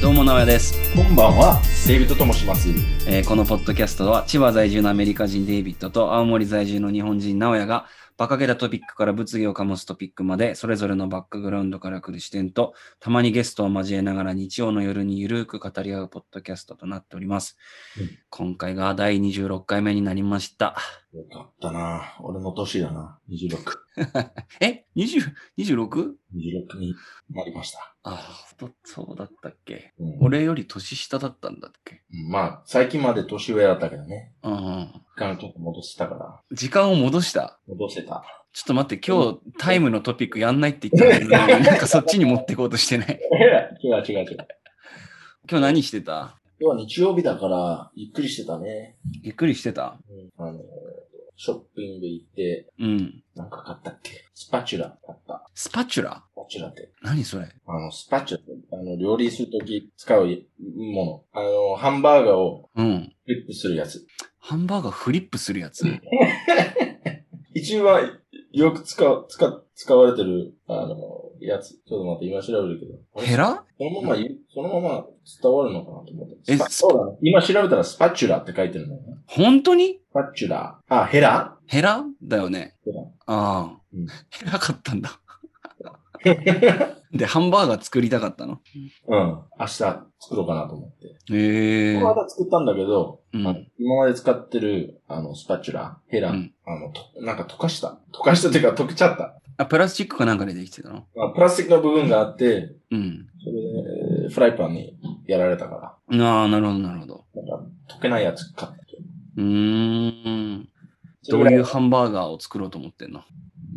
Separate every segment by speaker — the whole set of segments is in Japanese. Speaker 1: どうも、直哉です。
Speaker 2: こんばんは、デイビッドと申します。
Speaker 1: えーこのポッドキャストは、千葉在住のアメリカ人デイビッドと青森在住の日本人直哉が、バカげたトピックから物議を醸すトピックまで、それぞれのバックグラウンドから来る視点と、たまにゲストを交えながら日曜の夜にゆるーく語り合うポッドキャストとなっております。
Speaker 2: うん
Speaker 1: 今回が第26回目になりました。
Speaker 2: よかったな俺の年だな。26。
Speaker 1: え20 ?26?
Speaker 2: 26になりました。
Speaker 1: ああ、そうだったっけ。
Speaker 2: うん、
Speaker 1: 俺より年下だったんだっけ。
Speaker 2: まあ、最近まで年上だったけどね。
Speaker 1: うんうん。
Speaker 2: 時間ちょっと戻してたから。
Speaker 1: 時間を戻した。
Speaker 2: 戻してた。
Speaker 1: ちょっと待って、今日タイムのトピックやんないって言ったの に、なんかそっちに持ってこうとしてない。
Speaker 2: 違う違う違う。
Speaker 1: 今日何してた
Speaker 2: 今日は日曜日だから、ゆっくりしてたね。
Speaker 1: ゆっくりしてた
Speaker 2: うん、あのー、ショッピング行って、
Speaker 1: うん。
Speaker 2: なんか買ったっけスパチュラ買った。
Speaker 1: スパチュラ
Speaker 2: スパチュラって。
Speaker 1: 何それ
Speaker 2: あの、スパチュラって、あの、料理するとき使うもの。あの、ハンバーガーを
Speaker 1: うん。
Speaker 2: フリップするやつ。
Speaker 1: ハンバーガーフリップするやつ。
Speaker 2: 一番よく使う、使う、使われてる、あの、やつ。ちょっと待って、今調べるけど。これ
Speaker 1: ヘラ
Speaker 2: このまま言う、そのまま伝わるのかなと思って。
Speaker 1: え
Speaker 2: スパそうだね。今調べたらスパチュラって書いてるのよね。
Speaker 1: 本当に
Speaker 2: スパチュラ。あ、ヘラ
Speaker 1: ヘラだよね。
Speaker 2: ヘラ。
Speaker 1: ああ。
Speaker 2: うん
Speaker 1: ヘラ買ったんだ。 で、ハンバーガー作りたかったの
Speaker 2: うん。明日作ろうかなと思って。
Speaker 1: ええ
Speaker 2: まだ作ったんだけど、
Speaker 1: うん
Speaker 2: あの今まで使ってる、あの、スパチュラ、ヘラ、
Speaker 1: うん
Speaker 2: あの、となんか溶かした。溶かしたというか溶けちゃった。
Speaker 1: あ、プラスチックかなんかでできてたの
Speaker 2: まあ、プラスチックの部分があって、
Speaker 1: うん。
Speaker 2: それで、フライパンにやられたから。
Speaker 1: ああ、なるほど、なるほど。
Speaker 2: なんか、溶けないやつ買って。
Speaker 1: うーん。
Speaker 2: そ
Speaker 1: ど
Speaker 2: れ
Speaker 1: う
Speaker 2: ぐら
Speaker 1: いうハンバーガーを作ろうと思ってんの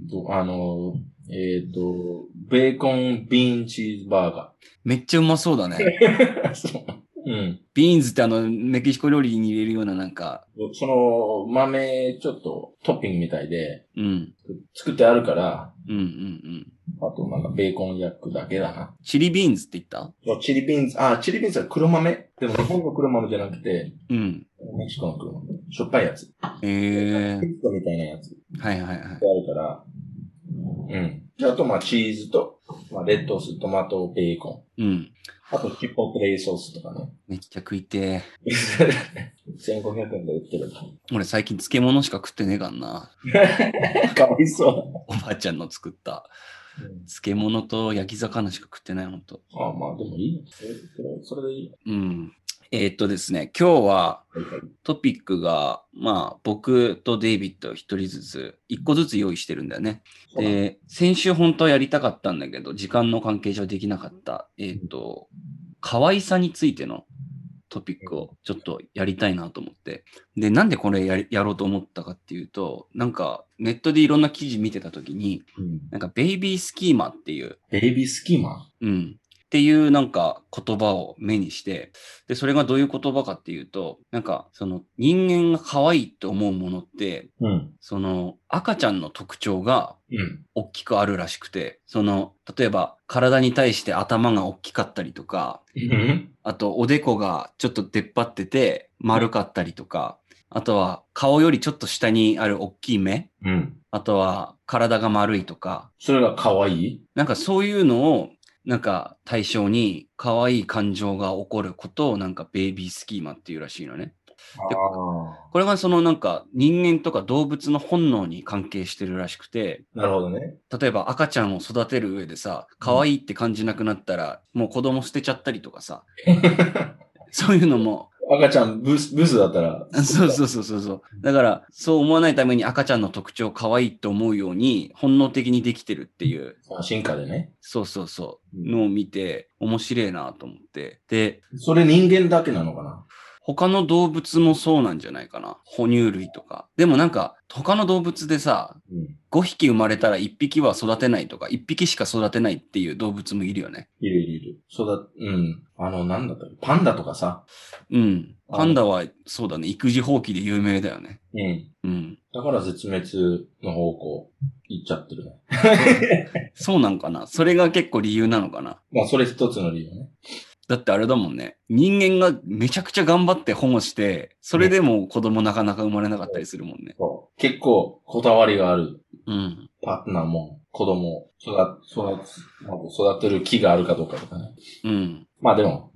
Speaker 2: とあの、えっ、と、ベーコンビーンチーズバーガ
Speaker 1: めっちゃうまそうだね。
Speaker 2: ー。 そう。うん。
Speaker 1: ビーンズってあの、メキシコ料理に入れるようななんか、
Speaker 2: その、豆、ちょっとトッピングみたいで、
Speaker 1: うん、
Speaker 2: 作ってあるから、
Speaker 1: うん、うん、うん。
Speaker 2: あとなんかベーコン焼くだけだな。
Speaker 1: チリビーンズって言った
Speaker 2: そうチリビーンズ、あ、チリビーンズは黒豆。でも日本の黒豆じゃなくて、
Speaker 1: うん。
Speaker 2: メキシコの黒豆。しょっぱいやつ。
Speaker 1: ええ
Speaker 2: ピッツァみたいなやつ。
Speaker 1: はいはいはい。
Speaker 2: あるから。うん。であと、まあ、チーズと、まあ、レッドソース、トマト、ベーコ
Speaker 1: うん。
Speaker 2: ン。あと、チッポープレイソースとかね。
Speaker 1: めっちゃ食いて
Speaker 2: 1500円で売ってる。
Speaker 1: え俺最近漬物しか食ってねえかんな。
Speaker 2: かわいそ
Speaker 1: おばあちゃんの作った。
Speaker 2: う。
Speaker 1: 漬物と焼き魚しか食ってない、ほんと。
Speaker 2: ああ、まあ、でもいいよ。それそれそれでいいよ。
Speaker 1: うん。えーっとですね、今日はトピックが、まあ、僕とデイビッド一人ずつ、一個ずつ用意してるんだよね。で、先週本当はやりたかったんだけど、時間の関係上できなかった、えっ、と、可愛さについてのトピックをちょっとやりたいなと思って。で、なんでこれやりやろうと思ったかっていうと、なんかネットでいろんな記事見てた時に、
Speaker 2: うん、
Speaker 1: なんかベイビースキーマっていう、
Speaker 2: ベイビースキーマ
Speaker 1: うん。っていうなんか言葉を目にして、で、それがどういう言葉かっていうと、なんかその人間が可愛いって思うものって、
Speaker 2: うん。
Speaker 1: その赤ちゃんの特徴が
Speaker 2: うん。
Speaker 1: 大きくあるらしくて、その、例えば体に対して頭が大きかったりとか、
Speaker 2: うん。
Speaker 1: あとおでこがちょっと出っ張ってて丸かったりとか、あとは顔よりちょっと下にある大きい目、
Speaker 2: うん。
Speaker 1: あとは体が丸いとか、
Speaker 2: それが可愛い
Speaker 1: なんかそういうのを、なんか対象に可愛い感情が起こることをなんかベイビースキーマっていうらしいのね。
Speaker 2: あ
Speaker 1: これがそのなんか人間とか動物の本能に関係してるらしくて、
Speaker 2: あ。なるほどね。
Speaker 1: 例えば赤ちゃんを育てる上でさ可愛いって感じなくなったら、もう子供捨てちゃったりとかさそういうのも
Speaker 2: 赤ちゃんブス、ブスだったら、
Speaker 1: そうそうそうそうそうだからそう思わないために赤ちゃんの特徴を可愛いと思うように本能的にできてるっていう
Speaker 2: 進化でね。
Speaker 1: そうそうそう
Speaker 2: うん
Speaker 1: のを見て面白いなと思ってで
Speaker 2: それ人間だけなのかな
Speaker 1: 他の動物もそうなんじゃないかな哺乳類とかでもなんか他の動物でさ
Speaker 2: うん。
Speaker 1: 5匹生まれたら1匹は育てないとか1匹しか育てないっていう動物もいるよね
Speaker 2: いるいるいる。そうだ、うん。あの、なんだったっけパンダとかさ。
Speaker 1: うん。
Speaker 2: あの
Speaker 1: パンダは、そうだね、育児放棄で有名だよね。
Speaker 2: うん。
Speaker 1: うん。
Speaker 2: だから絶滅の方向、行っちゃってるね。
Speaker 1: そうなんかな。それが結構理由なのかな。
Speaker 2: まあ、それ一つの理由ね。
Speaker 1: だってあれだもんね。人間がめちゃくちゃ頑張って保護して、それでも子供なかなか生まれなかったりするもんね。
Speaker 2: そう。結構、こだわりがある
Speaker 1: うん。
Speaker 2: パートナーも、子供を育、育つ、育てる木があるかどうかとかね。
Speaker 1: うん。
Speaker 2: まあでも、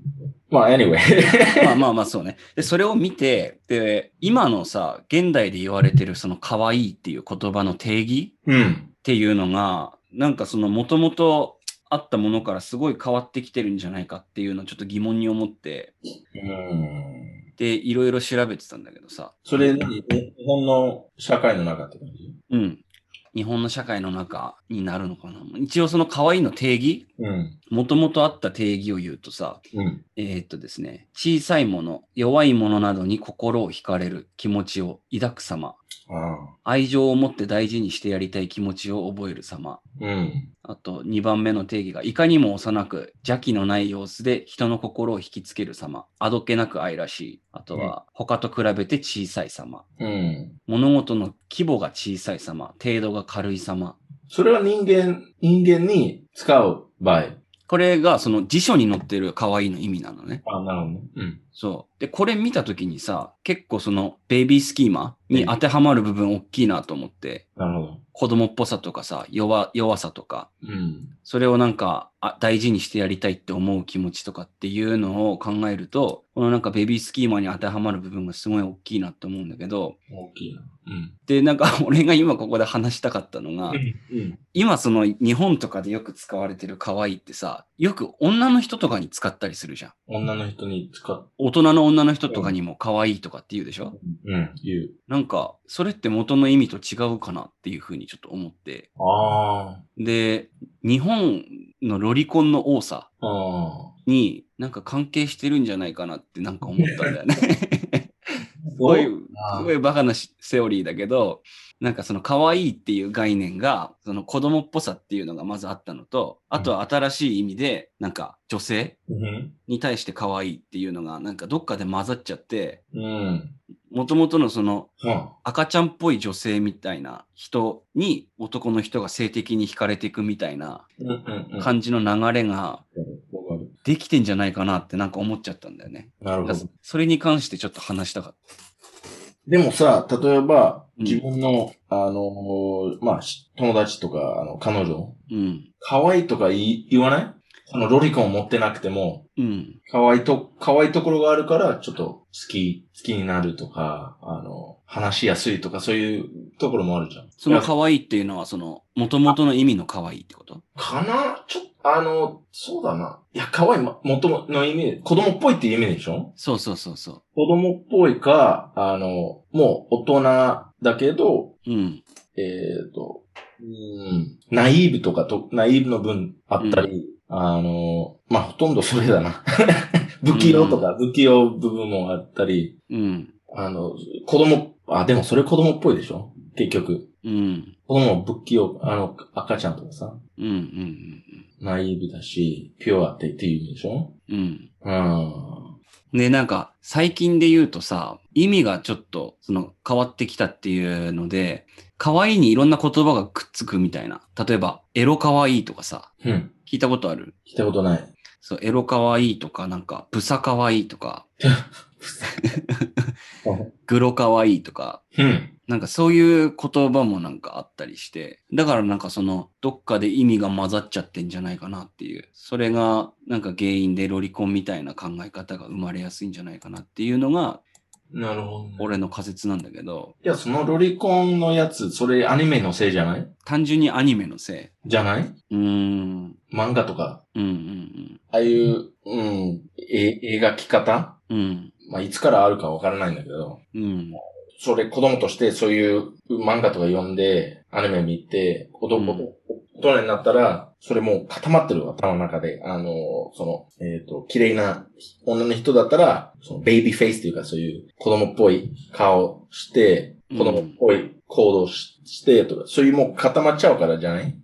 Speaker 2: まあ anyway。
Speaker 1: まあまあまあそうね。で、それを見て、で、今のさ、現代で言われてるその可愛いっていう言葉の定義
Speaker 2: うん。
Speaker 1: っていうのが、なんかそのもともとあったものからすごい変わってきてるんじゃないかっていうのをちょっと疑問に思って、
Speaker 2: うん。
Speaker 1: で、いろいろ調べてたんだけどさ、
Speaker 2: それ何、日本の社会の中って感じ
Speaker 1: うん。日本の社会の中になるのかな。一応その可愛いの定義
Speaker 2: うん。
Speaker 1: もともとあった定義を言うとさ、
Speaker 2: うん。
Speaker 1: えーっとですね、小さいもの、弱いものなどに心を惹かれる気持ちを抱く様、
Speaker 2: ああ。
Speaker 1: 愛情を持って大事にしてやりたい気持ちを覚える様。
Speaker 2: うん。
Speaker 1: あと2番目の定義が、いかにも幼く邪気のない様子で人の心を引きつける様。あどけなく愛らしい。あとは、他と比べて小さい様。
Speaker 2: うん。
Speaker 1: 物事の規模が小さい様。程度が軽い様。
Speaker 2: それは人間、人間に使う場合。
Speaker 1: これがその辞書に載ってる可愛いの意味なのね。
Speaker 2: あなるほどね。うん。
Speaker 1: そう。で、これ見たときにさ、結構そのベイビースキーマに当てはまる部分大きいなと思って、
Speaker 2: なるほど。
Speaker 1: 子供っぽさとかさ、弱、弱さとか、
Speaker 2: うん。
Speaker 1: それをなんかあ大事にしてやりたいって思う気持ちとかっていうのを考えると、このなんかベビースキーマに当てはまる部分がすごい大きいなと思うんだけど、
Speaker 2: 大きいな。うん。
Speaker 1: で、なんか 俺が今ここで話したかったのが、
Speaker 2: うん。
Speaker 1: 今その日本とかでよく使われてる可愛いってさ、よく女の人とかに使ったりするじゃん。
Speaker 2: 女の人に使う。
Speaker 1: 大人の女の人とかにも可愛いとかって言うでしょ、
Speaker 2: うん。言う。
Speaker 1: なんか、それって元の意味と違うかなっていうふうにちょっと思って。
Speaker 2: あ
Speaker 1: で、日本のロリコンの多さ
Speaker 2: あ。ああ。
Speaker 1: になんか関係してるんじゃないかなってなんか思ったんだよね。
Speaker 2: す
Speaker 1: すごい、す
Speaker 2: あ
Speaker 1: ごいバカなしセオリーだけど、なんかその可愛いっていう概念が、その子供っぽさっていうのがまずあったのと、あとは新しい意味で、なんか女性
Speaker 2: うん。
Speaker 1: に対して可愛いっていうのがなんかどっかで混ざっちゃって、
Speaker 2: うん。
Speaker 1: 元々のその
Speaker 2: は
Speaker 1: 赤ちゃんっぽい女性みたいな人に男の人が性的に惹かれていくみたいな
Speaker 2: うんうんうん。
Speaker 1: 感じの流れが
Speaker 2: わかる。
Speaker 1: できてんじゃないかなってなんか思っちゃったんだよね。
Speaker 2: なるほど。
Speaker 1: それに関してちょっと話したかっ
Speaker 2: でもさ、例えば、
Speaker 1: うん
Speaker 2: 自分の、あの、まあ、し友達とか、あの、彼女、
Speaker 1: た。うん。
Speaker 2: 可愛いとか言い言わないそのロリコン持ってなくても、
Speaker 1: うん。
Speaker 2: 可愛いと、可愛いところがあるから、ちょっと好き、好きになるとか、あの、話しやすいとか、そういうところもあるじゃん。
Speaker 1: その可愛いっていうのはその元々の意味の可愛いってこと
Speaker 2: かなちょっと、あの、そうだな。いや、可愛い、ま、元の意味、子供っぽいっていう意味でしょ
Speaker 1: そうそうそうそ
Speaker 2: 子供っぽいか、あの、もう大人だけど、
Speaker 1: う。うん。
Speaker 2: えっ、と、うーん、ナイーブとかと、ナイーブの分あったり、あの、まあ、ほとんどそれだな。 不器用とか、不器用部分もあったり、
Speaker 1: うん。
Speaker 2: あの、子供、あ、でもそれ子供っぽいでしょ結局。
Speaker 1: うん。
Speaker 2: 子供は不器用、あの、赤ちゃんとかさ、
Speaker 1: うん。うん。
Speaker 2: ナイーブだし、ピュアってっていう意味でしょ
Speaker 1: うん。うん。
Speaker 2: うん。
Speaker 1: で、なんか、最近で言うとさ、意味がちょっと、その、変わってきたっていうので、可愛いにいろんな言葉がくっつくみたいな。例えば、エロ可愛いとかさ、
Speaker 2: うん。
Speaker 1: 聞いたことある
Speaker 2: 聞いたことない。
Speaker 1: そう、エロ可愛いとか、なんか、ブサ可愛いとか、 グロ可愛いとか、
Speaker 2: うん。
Speaker 1: なんかそういう言葉もなんかあったりして、だからなんかその、どっかで意味が混ざっちゃってんじゃないかなっていう、それがなんか原因でロリコンみたいな考え方が生まれやすいんじゃないかなっていうのが、
Speaker 2: なるほど、ね。
Speaker 1: 俺の仮説なんだけど、
Speaker 2: いや、そのロリコンのやつ、それアニメのせいじゃない
Speaker 1: 単純にアニメのせい、
Speaker 2: じゃない
Speaker 1: うん。
Speaker 2: 漫画とか、
Speaker 1: うんうん
Speaker 2: ああいう、うん、え、描き方
Speaker 1: うん。うん。
Speaker 2: まあ、いつからあるかわからないんだけど、
Speaker 1: うん。
Speaker 2: それ子供としてそういう漫画とか読んで、アニメ見て、子供、
Speaker 1: うん
Speaker 2: 大人になったら、それもう固まってる頭の中で、あの、その、えっ、と、綺麗な女の人だったら、そのベイビーフェイスというかそういう子供っぽい顔して、
Speaker 1: うん
Speaker 2: 子供っぽい行動ししてとか、そういうもう固まっちゃうからじゃない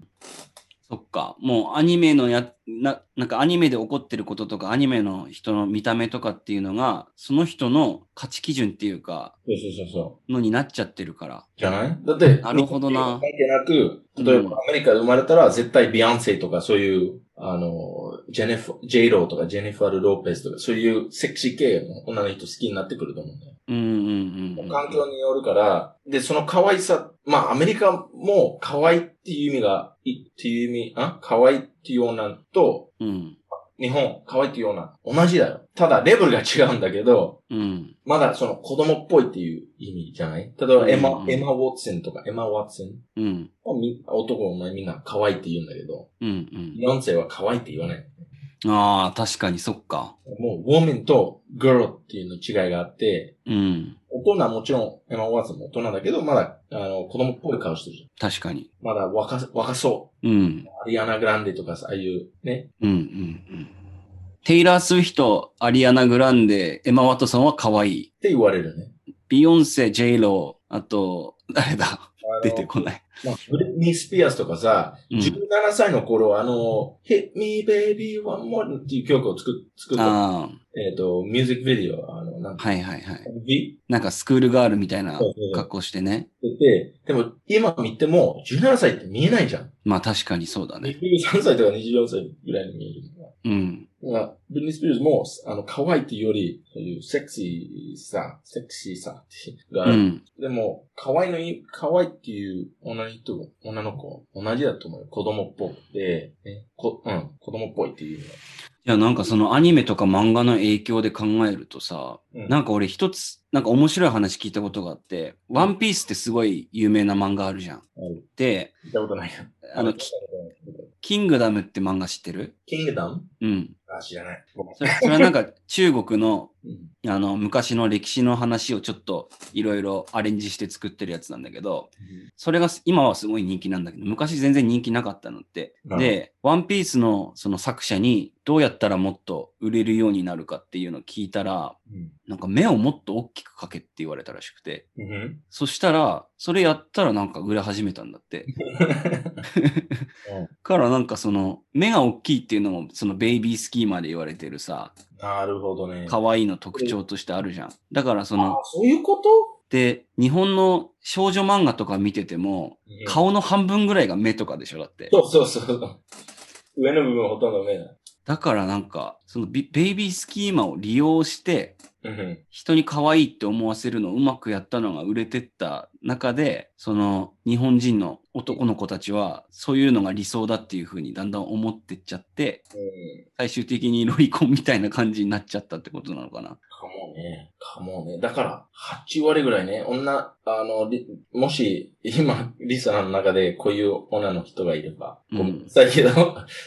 Speaker 1: そっか。もうアニメのや、な、なんかアニメで起こってることとか、アニメの人の見た目とかっていうのが、その人の価値基準っていうか、
Speaker 2: そうそうそうそう。
Speaker 1: のになっちゃってるから。
Speaker 2: じゃないだって、
Speaker 1: なるほどな
Speaker 2: 関係なく、例えばアメリカで生まれたら絶対ビアンセとかそういう、あの、ジェネフ、ジェイローとかジェネファル・ローペスとかそういうセクシー系の女の人好きになってくると思うんだよ。
Speaker 1: うんうんうん。
Speaker 2: 環境によるから、で、その可愛さ、まあ、アメリカも可愛いっていう意味が、いっていう意味、あ可愛いっていうようなと、
Speaker 1: うん。
Speaker 2: 日本、可愛いっていうような、同じだよ。ただ、レベルが違うんだけど、
Speaker 1: うん。
Speaker 2: まだその子供っぽいっていう意味じゃない例えば、エ
Speaker 1: うん
Speaker 2: マ
Speaker 1: う、ん
Speaker 2: エマ・ウォッツンとか、エマ・ワッツン。
Speaker 1: うん。
Speaker 2: み男もお前みんな可愛いって言うんだけど、
Speaker 1: うん。うん。
Speaker 2: ビヨンセは可愛いって言わない。
Speaker 1: ああ、確かにそっか。
Speaker 2: もう、ウォーメンとグロっていうの違いがあって、
Speaker 1: うん。
Speaker 2: 大人はもちろん、エマ・ワッツンも大人だけど、まだ、あの、子供っぽい顔してるじゃん。
Speaker 1: 確かに。
Speaker 2: まだ若さ、若そ
Speaker 1: うん
Speaker 2: う。。アリアナ・グランデとかさ、ああいうね。
Speaker 1: うん。うん。うん。テイラー・スウィフト、アリアナ・グランデ、エマ・ワトソンは可愛い。
Speaker 2: って言われるね。
Speaker 1: ビヨンセ、ジェイロー、あと、誰だ
Speaker 2: あの
Speaker 1: 出てこない。
Speaker 2: まあ、ブリッニー・スピアースとかさ、
Speaker 1: うん
Speaker 2: 17歳の頃、あの、Hit Me Baby One More っていう曲を作っ作った、
Speaker 1: あ
Speaker 2: えっ、と、ミュージックビデオ、あの、なん
Speaker 1: あ、
Speaker 2: か、
Speaker 1: はいはいはい。
Speaker 2: V
Speaker 1: なんかスクールガールみたいな
Speaker 2: そうそう
Speaker 1: 格好してね。
Speaker 2: 出て、でも今見ても17歳って見えないじゃん。
Speaker 1: まあ確かにそうだね。
Speaker 2: 23歳とか24歳ぐらいに見えるのが。
Speaker 1: うん。
Speaker 2: まあ、ブリッニー・スピアースも、あの、可愛いっていうより、そういうセクシーさ、セクシーさがあ
Speaker 1: う
Speaker 2: る
Speaker 1: ん。
Speaker 2: でも、可愛いのい、可愛いっていう女の人、女の子、同じだと思うよ。子供っぽくて、ね、こ、うん、子供っぽいっていうのは。
Speaker 1: いや、なんかそのアニメとか漫画の影響で考えるとさ、
Speaker 2: うん
Speaker 1: なんか俺一つ、なんか面白い話聞いたことがあって、ワンピースってすごい有名な漫画あるじゃん。
Speaker 2: る
Speaker 1: で、
Speaker 2: 聞いたことないな。
Speaker 1: あの、キキングダムって漫画知ってる
Speaker 2: キングダム
Speaker 1: うん。
Speaker 2: あ、知らない。ごめん
Speaker 1: それそれはなんか中国の
Speaker 2: うん
Speaker 1: あの昔の歴史の話をちょっといろいろアレンジして作ってるやつなんだけど、それがす今はすごい人気なんだけど、昔全然人気なかったのって。
Speaker 2: なるほど
Speaker 1: で、ワンピースのその作者にどうやったらもっと売れるようになるかっていうのを聞いたら、
Speaker 2: うん
Speaker 1: なんか目をもっと大きく描けって言われたらしくて、
Speaker 2: うん。
Speaker 1: そしたら、それやったらなんか売れ始めたんだ って。からなんかその目が大きいっていうのもそのベイビースキーマーで言われてるさ、
Speaker 2: なるほどね。
Speaker 1: 可愛いの特徴としてあるじゃん。だからそ
Speaker 2: あ
Speaker 1: の、
Speaker 2: そういうこと
Speaker 1: で、日本の少女漫画とか見てても、顔の半分ぐらいが目とかでしょ、だって。
Speaker 2: うんそうそうそう。上の部分ほとんど目だ。
Speaker 1: だからなんか、そのビベイビースキーマを利用して、
Speaker 2: うん。
Speaker 1: 人に可愛いって思わせるのをうまくやったのが売れてった中で、その日本人の男の子たちは、そういうのが理想だっていう風にだんだん思ってっちゃって、
Speaker 2: うん。
Speaker 1: 最終的にロイコンみたいな感じになっちゃったってことなのかな。
Speaker 2: かもね。かもね。だから、8割ぐらいね、女、あの、りもし、今、リサの中でこういう女の人がいれば、
Speaker 1: うん
Speaker 2: ごめんなさいけど、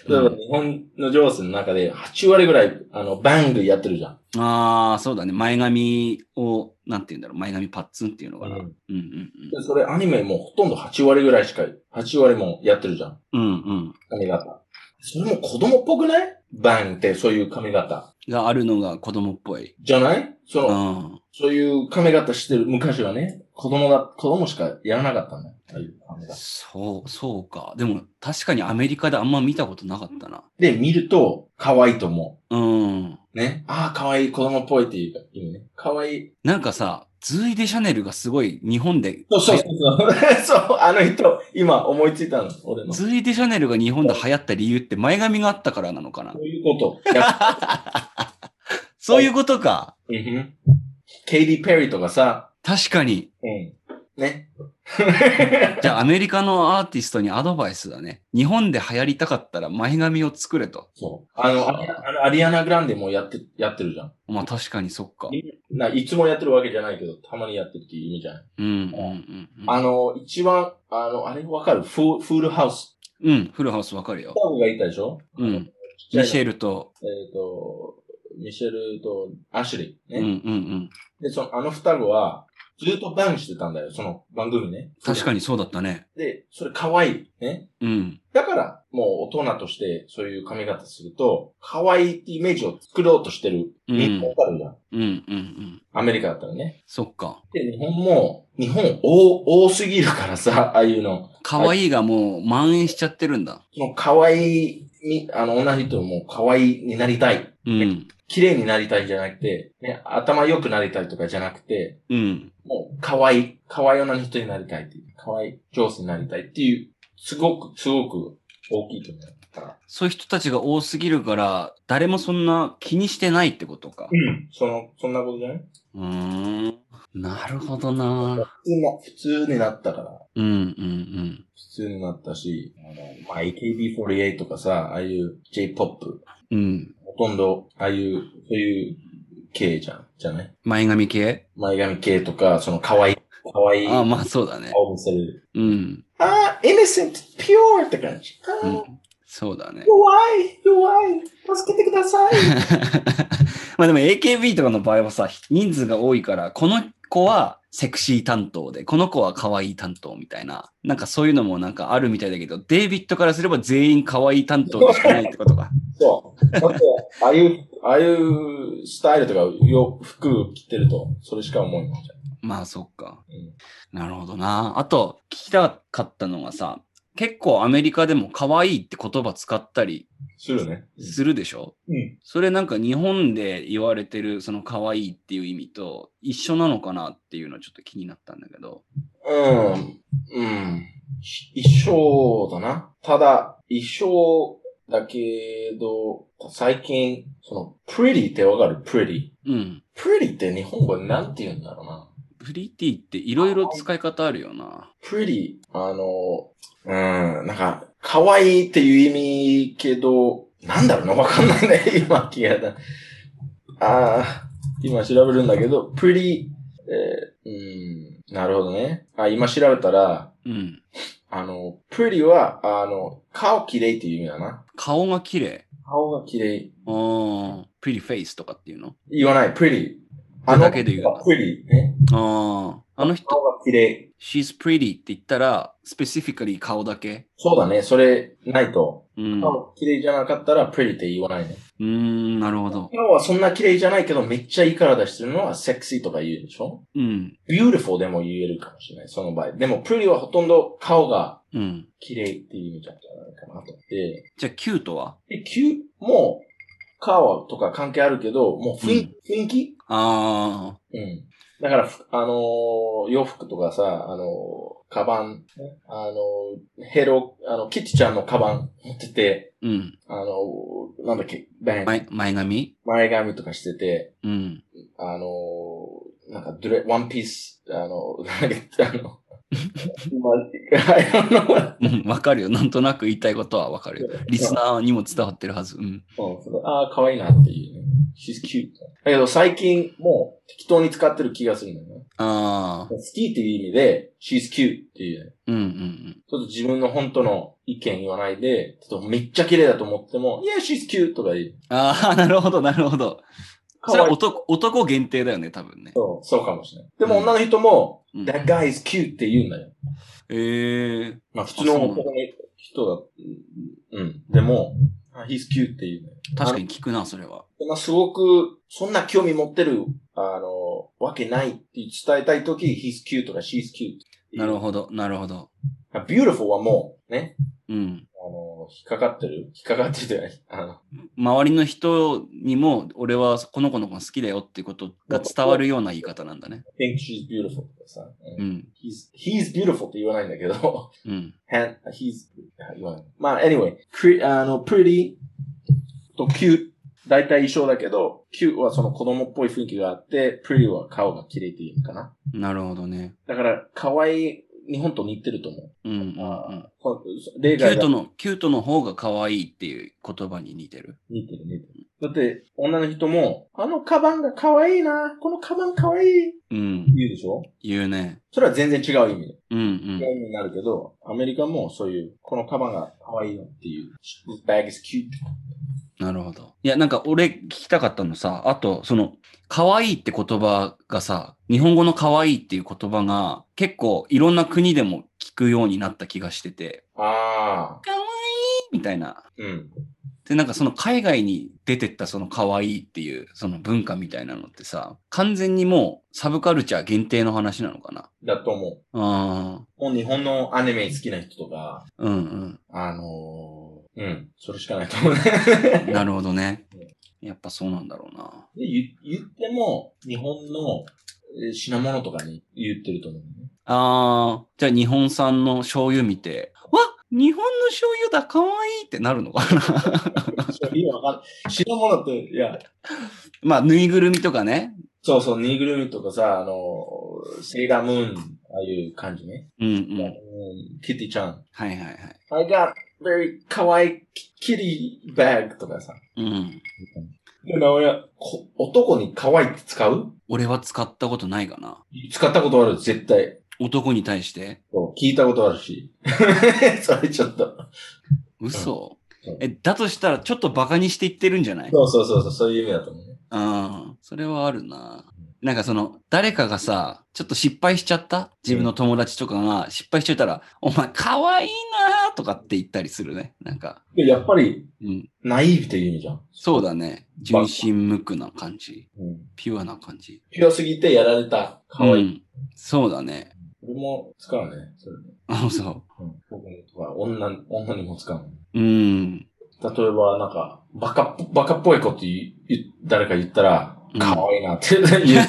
Speaker 2: 例えば
Speaker 1: うん
Speaker 2: 日本の上司の中で8割ぐらい、あの、バングやってるじゃん。
Speaker 1: ああ、そうだね。前髪を、なんて言うんだろう。前髪パッツンっていうのかな。うん
Speaker 2: で
Speaker 1: うん
Speaker 2: それアニメもほとんど8割ぐらいしか、8割もやってるじゃん。
Speaker 1: うん。うんうん。
Speaker 2: 髪型。それも子供っぽくないバングってそういう髪型。
Speaker 1: があるのが子供っぽい。
Speaker 2: じゃないその、
Speaker 1: うん。
Speaker 2: そういう髪型してる昔はね、子供が、子供しかやらなかったんだよ。ああいう髪型。
Speaker 1: そう、そうか。でも確かにアメリカであんま見たことなかったな。
Speaker 2: で、見ると、可愛いと思
Speaker 1: うん。
Speaker 2: う。ね。ああ、可愛い、子供っぽいっていうか、意味ね。可愛い。
Speaker 1: なんかさ、ズーイ・デ・シャネルがすごい日本で、
Speaker 2: そうそうそう。 そう、あの人、今思いついたの、俺の。そ
Speaker 1: ズーイ・デ・シャネルが日本で流行った理由って前髪があったからなのかな
Speaker 2: う。いうこと。 やっぱ
Speaker 1: そういうことか。
Speaker 2: うんふんケイディ・ペリーとかさ、
Speaker 1: 確かに。
Speaker 2: うん。ね。
Speaker 1: じゃあアメリカのアーティストにアドバイスだね。日本で流行りたかったら前髪を作れと。
Speaker 2: そう。あの、アリアあのアリアナ・グランデもやって、やってるじゃん。
Speaker 1: まあ確かにそっか。
Speaker 2: ないつもやってるわけじゃないけど、たまにやってるっていう意味じゃない。
Speaker 1: うんうんうん
Speaker 2: あの、一番、あの、あれわかるフーフールハウス。
Speaker 1: うん。うん、フルハウスわかるよ
Speaker 2: スタ。ーがいたでしょ
Speaker 1: うん。
Speaker 2: ちっちゃ
Speaker 1: ミ
Speaker 2: いの
Speaker 1: シェルと、
Speaker 2: えっ、と、ミシェルとアシュリー
Speaker 1: う
Speaker 2: ね。
Speaker 1: んうんうん。
Speaker 2: で、その、あの双子は、ずっとバンしてたんだよ、その番組ね。
Speaker 1: 確かにそうだったね。
Speaker 2: に。で、それ可愛い。ね。
Speaker 1: うん。
Speaker 2: だから、もう大人として、そういう髪型すると、可愛いってイメージを作ろうとしてる。
Speaker 1: うん
Speaker 2: みんなわかるじゃん。
Speaker 1: うんうんうん。
Speaker 2: アメリカだったらね。
Speaker 1: そっか。
Speaker 2: で、日本も、日本多、多すぎるからさ、ああいうの。
Speaker 1: 可愛いがもう蔓延しちゃってるんだ。
Speaker 2: その可愛いに、あの、女の人も可愛いになりたい。
Speaker 1: うん。
Speaker 2: 綺麗になりたいじゃなくて、ね、頭良くなりたいとかじゃなくて、
Speaker 1: うん。
Speaker 2: もう、可愛い、可愛い女の人になりたいっていう、可愛い上司になりたいっていう、すごく、すごく、大きいと思った。
Speaker 1: そういう人たちが多すぎるから、誰もそんな気にしてないってことか。
Speaker 2: うん。その、そんなことじゃないう
Speaker 1: ーん。なるほどな
Speaker 2: 普通の、普通になったから。
Speaker 1: うんうん
Speaker 2: 普通になったし、あの、まあ、AKB48 とかさ、ああいう J-POP、
Speaker 1: うん。うん。
Speaker 2: ほとんど、ああいう、そういう系じゃん、じゃない
Speaker 1: 前髪系
Speaker 2: 前髪系とか、その可愛い、可愛い
Speaker 1: ああ、まあそうだね。
Speaker 2: 顔見せる。
Speaker 1: うん。
Speaker 2: ああ、innocent, pure って感じ。あ
Speaker 1: う
Speaker 2: ー
Speaker 1: ん、そうだね。
Speaker 2: 弱い、弱い、助けてください。
Speaker 1: まあでも AKB とかの場合はさ、人数が多いから、この子はセクシー担当で、この子は可愛い担当みたいな、なんかそういうのもなんかあるみたいだけど、デイビッドからすれば全員可愛い担当でしかないってこと か。
Speaker 2: そう。だって、ああいう、ああいうスタイルとか、よ服着てると、それしか思えないじゃん。
Speaker 1: まあそっか。
Speaker 2: うん
Speaker 1: なるほどな。あと、聞きたかったのがさ、結構アメリカでも可愛いって言葉使ったり
Speaker 2: するね。
Speaker 1: するでしょ
Speaker 2: うん。
Speaker 1: それなんか日本で言われてるその可愛いっていう意味と一緒なのかなっていうのはちょっと気になったんだけど。
Speaker 2: うん。うん。し一生だな。ただ、一生だけど、最近、その、pretty ってわかる ?pretty。
Speaker 1: うん。
Speaker 2: pretty って日本語でなんて言うんだろうな。
Speaker 1: プリティっていろいろ使い方あるよな。
Speaker 2: pretty。あの、うん、なんか、可愛いっていう意味けど、なんだろうな、わかんないね。 今、気がだ。ああ、今調べるんだけど、pretty、えーうん、なるほどね。あ、今調べたら、
Speaker 1: うん。
Speaker 2: あの、pretty は、あの、顔綺麗っていう意味だな。
Speaker 1: 顔が綺麗。
Speaker 2: 顔が綺麗。
Speaker 1: ああ、プリフェイスとかっていうの
Speaker 2: 言わない、pretty。
Speaker 1: こ
Speaker 2: あ
Speaker 1: れ
Speaker 2: の
Speaker 1: だけで言うな
Speaker 2: pretty ね。
Speaker 1: ああ、あの人、
Speaker 2: 顔が綺麗。
Speaker 1: she's pretty って言ったら、specifically 顔だけ。
Speaker 2: そうだね、それないと。
Speaker 1: うん。う
Speaker 2: 顔綺麗じゃなかったら、pretty って言わないね。
Speaker 1: ーん、なるほど。
Speaker 2: 今はそんな綺麗じゃないけど、めっちゃいい体してるのはセクシーとか言うでしょ
Speaker 1: うん。
Speaker 2: beautiful でも言えるかもしれない、その場合。でも、pretty はほとんど顔が
Speaker 1: うん。
Speaker 2: 綺麗っていう意味じゃないかなと思って。
Speaker 1: じゃあ、キュートは
Speaker 2: で、cute も顔とか関係あるけど、もう雰囲気、雰囲気
Speaker 1: ああ、
Speaker 2: うん。だから、ふあのー洋服とかさ、あのーカバン、ねあのーヘロ、あの、キティちゃんのカバン持ってて、
Speaker 1: うん。
Speaker 2: あのーなんだっけ、バン、
Speaker 1: 前前髪
Speaker 2: 前髪とかしてて、
Speaker 1: うん。
Speaker 2: あのー、なんかドレ、ワンピース、あのー、なんだっけ、あの、今、I don't know what-
Speaker 1: うんわかるよ。なんとなく言いたいことはわかるよ。リスナーにも伝わってるはず。うん。
Speaker 2: うんそれ ああ、可愛いなっていう、ね。She's cute. だけど最近もう適当に使ってる気がするんだよね。
Speaker 1: ああ、
Speaker 2: 好きっていう意味で、She's cute っていう、ね、
Speaker 1: うんうんうん。
Speaker 2: ちょっと自分の本当の意見言わないで、ちょっとめっちゃ綺麗だと思っても、Yeah, she's cute とか言う。
Speaker 1: ああ、 なるほど、なるほど。それ
Speaker 2: 可
Speaker 1: は
Speaker 2: 愛い。
Speaker 1: 男男限定だよね、多分ね。
Speaker 2: そう、そうかもしれない。でも女の人も、
Speaker 1: うん
Speaker 2: That guy is cute って言うんだよ。
Speaker 1: ええ
Speaker 2: まあ普通の男の人だ。うん。でも、あ he's cute っていうね。
Speaker 1: 確かに聞くな、それは。
Speaker 2: まあすごく、そんな興味持ってる、あの、わけないって伝えたいとき、he's cute とか she's cute。
Speaker 1: なる
Speaker 2: ほ
Speaker 1: ほど、なるほど。
Speaker 2: ど。beautiful はもう、ね。
Speaker 1: うん。
Speaker 2: あの、引っかかってる引っかかってるじゃない。あの、
Speaker 1: 周りの人にも、俺はこの子の子が好きだよってことが伝わるような言い方なんだね。
Speaker 2: think she's beautiful とかさ。
Speaker 1: う
Speaker 2: うん
Speaker 1: ん。
Speaker 2: he's, he's beautiful って言わないんだけど、
Speaker 1: うん。
Speaker 2: and, he's, 言わない。まあ、anyway, pre- あの、pretty と cute。大体一緒だけど、cute はその子供っぽい雰囲気があって、pretty は顔が綺麗っていう意味かな。
Speaker 1: なるほどね。
Speaker 2: だから、可愛い日本と似てると思う。
Speaker 1: うんうんうん。
Speaker 2: あこ例
Speaker 1: キュ
Speaker 2: 外
Speaker 1: ー
Speaker 2: が
Speaker 1: トの、キュートの方が可愛いっていう言葉に似てる。
Speaker 2: 似てる似てる。だって、女の人も、あのカバンが可愛いな、このカバン可愛いって
Speaker 1: うん。
Speaker 2: 言うでしょ
Speaker 1: 言うね。
Speaker 2: それは全然違う意味。
Speaker 1: うん
Speaker 2: 違う意味になるけど、アメリカもそういう、このカバンが可愛いのっていう、This bag is cute.
Speaker 1: うん。なるほど。いや、なんか俺聞きたかったのさ、あと、その、可愛いって言葉がさ、日本語の可愛いっていう言葉が結構いろんな国でも聞くようになった気がしてて、
Speaker 2: ああ、
Speaker 1: 可愛いみたいな。
Speaker 2: うん。
Speaker 1: で、なんかその海外に出てったその可愛いっていうその文化みたいなのってさ、完全にもうサブカルチャー限定の話なのかな。
Speaker 2: だと思
Speaker 1: あ
Speaker 2: う。もう日本のアニメ好きな人とか、
Speaker 1: あ、うんうん。
Speaker 2: あのー、うん、それしかないと思う ね。
Speaker 1: なるほどね。やっぱそうなんだろうな。
Speaker 2: で言言っても、日本のえー品物とかに言ってると思うね。
Speaker 1: あー、じゃあ日本産の醤油見て、わ日本の醤油だ、かわいいってなる のかな
Speaker 2: 今わかんない。白物って、いや、
Speaker 1: まあ、ぬいぐるみとかね。
Speaker 2: そうそう、ぬいぐるみとかさ、あの、セーラームーン、ああいう感じね。
Speaker 1: うんう。
Speaker 2: うんん、キティちゃん。
Speaker 1: はいはいはい。
Speaker 2: I got very 可愛いキティバッグとかさ。
Speaker 1: うん。
Speaker 2: で、直哉、こ男に可愛いって使う
Speaker 1: 俺は使ったことないかな。
Speaker 2: 使ったことある、絶対。
Speaker 1: 男に対して。
Speaker 2: そう聞いたことあるし。 それちょっと。
Speaker 1: 嘘
Speaker 2: うんうん。
Speaker 1: え、だとしたら、ちょっとバカにしていってるんじゃない
Speaker 2: そうそうそうそう、そういう意味だと思うね。
Speaker 1: うん。それはあるな。なんかその、誰かがさ、ちょっと失敗しちゃった自分の友達とかが失敗しちゃったら、お前かわいいなーとかって言ったりするね。なんか、
Speaker 2: でやっぱり、
Speaker 1: うん。
Speaker 2: ナイーブっていう意味じゃん。
Speaker 1: そうだね。純真無垢な感じ。
Speaker 2: うん。
Speaker 1: ピュアな感じ。
Speaker 2: 広すぎてやられた。可愛い。
Speaker 1: うん。そうだね。
Speaker 2: 俺も使うね。それね
Speaker 1: あ、そ
Speaker 2: うん、僕は女、女にも使うもん。
Speaker 1: う。うん。
Speaker 2: 例えば、なんか、バカっぽ、バカっぽいこと言う言う誰か言ったら
Speaker 1: う、ん
Speaker 2: 可愛いなって言う。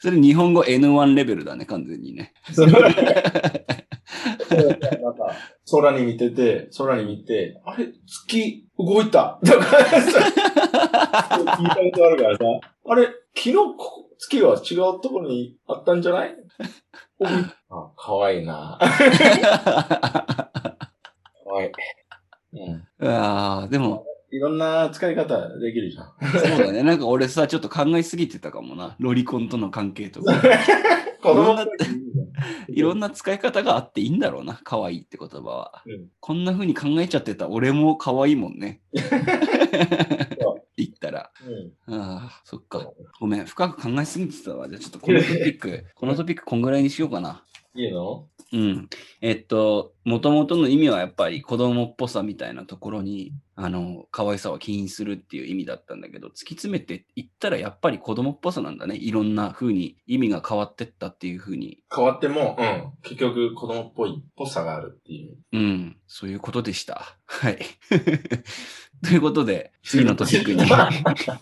Speaker 1: それ日本語 N1 レベルだね、完全にね。
Speaker 2: それなんか、空に見てて、空に見て、あれ月、動いたとか、そう聞いたことあるからさ、あれ昨日こ、月は違うところにあったんじゃない動いあ、可愛いな。可愛い。うん。
Speaker 1: ああ、でも、
Speaker 2: いろんな使い方できるじゃん。
Speaker 1: そうだね。なんか俺さ、ちょっと考えすぎてたかもな。ロリコンとの関係と か。
Speaker 2: 子
Speaker 1: 供
Speaker 2: 供
Speaker 1: だっ
Speaker 2: だってて。
Speaker 1: いろんな使い方があっていいんだろうな。可愛いって言葉は。
Speaker 2: うん
Speaker 1: こんな風に考えちゃってた俺も可愛いもん ね。言ったら。
Speaker 2: うん
Speaker 1: ああ、そっか。ごめん。深く考えすぎてたわ。じゃあちょっとこのトピック、このトピックこんぐらいにしようかな。
Speaker 2: いいの
Speaker 1: うん。えっと、もともとの意味はやっぱり子供っぽさみたいなところに、あの、可愛さを起因するっていう意味だったんだけど、突き詰めていったらやっぱり子供っぽさなんだね。いろんな風に意味が変わってったっていう風に。
Speaker 2: 変わっても、うん。結局、子供っぽい、っぽさがあるっていう。
Speaker 1: うん。そういうことでした。はい。 ということで、次のトピックに、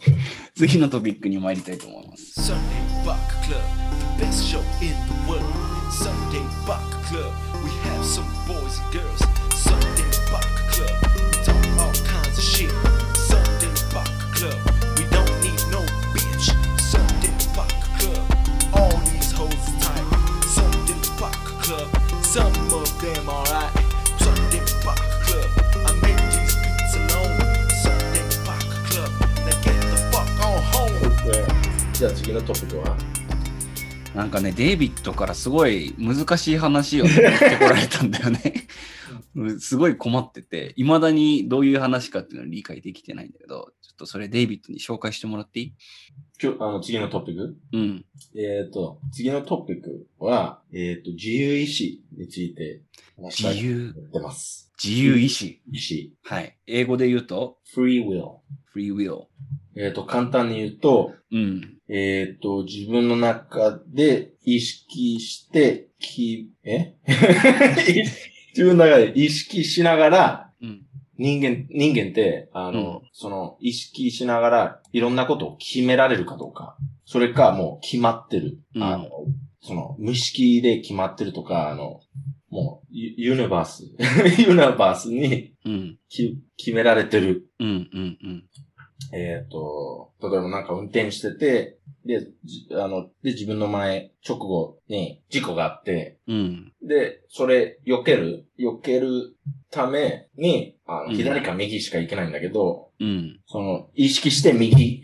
Speaker 1: 次のトピックに参りたいと思います。
Speaker 3: Sunday Buck Club, the best show in the world. Sunday Buck Club, we have some boys and girls. Sunday Buck Club, we talk all kinds of shit. Sunday Buck Club, we don't need no bitch. Sunday Buck Club, all these hoes are tight. Sunday Buck Club, some of them alright. Sunday Buck Club, I make these beats alone. Sunday Buck Club, now get the fuck on home.
Speaker 2: じゃあ次のトピックは
Speaker 1: なんかね、デイビッドからすごい難しい話をね言ってこられたんだよね。 うんすごい困ってて、いまだにどういう話かっていうのを理解できてないんだけど、ちょっとそれデイビッドに紹介してもらっていい
Speaker 2: 今日、あの、次のトピック
Speaker 1: うん。
Speaker 2: えっ、と、次のトピックは、えっ、と、自由意志について話した
Speaker 1: 自
Speaker 2: い
Speaker 1: 由
Speaker 2: と、思ってます。
Speaker 1: 自由意志。
Speaker 2: 意志。
Speaker 1: はい。英語で言うと、
Speaker 2: free will。
Speaker 1: free will。
Speaker 2: えっ、と、簡単に言うと、
Speaker 1: うん。
Speaker 2: えっ、と、自分の中で意識して、き、え 自分の中で意識しながら、
Speaker 1: うん。
Speaker 2: 人間、人間って、あの、その、意識しながら、いろんなことを決められるかどうか。それか、もう決まってる。
Speaker 1: うん
Speaker 2: あの、その、無意識で決まってるとか、あの、もう、ユユニバース、 ユニバースに
Speaker 1: うん。
Speaker 2: き決められてる。
Speaker 1: うん。うん。うん。
Speaker 2: えっ、と、例えばなんか運転してて、で、じあの、で、自分の前、直後に事故があって、
Speaker 1: うん。
Speaker 2: で、それ、避ける避けるために、あ
Speaker 1: う
Speaker 2: の、
Speaker 1: ん
Speaker 2: 左か右しか行けないんだけど、
Speaker 1: うん。
Speaker 2: その、意識して右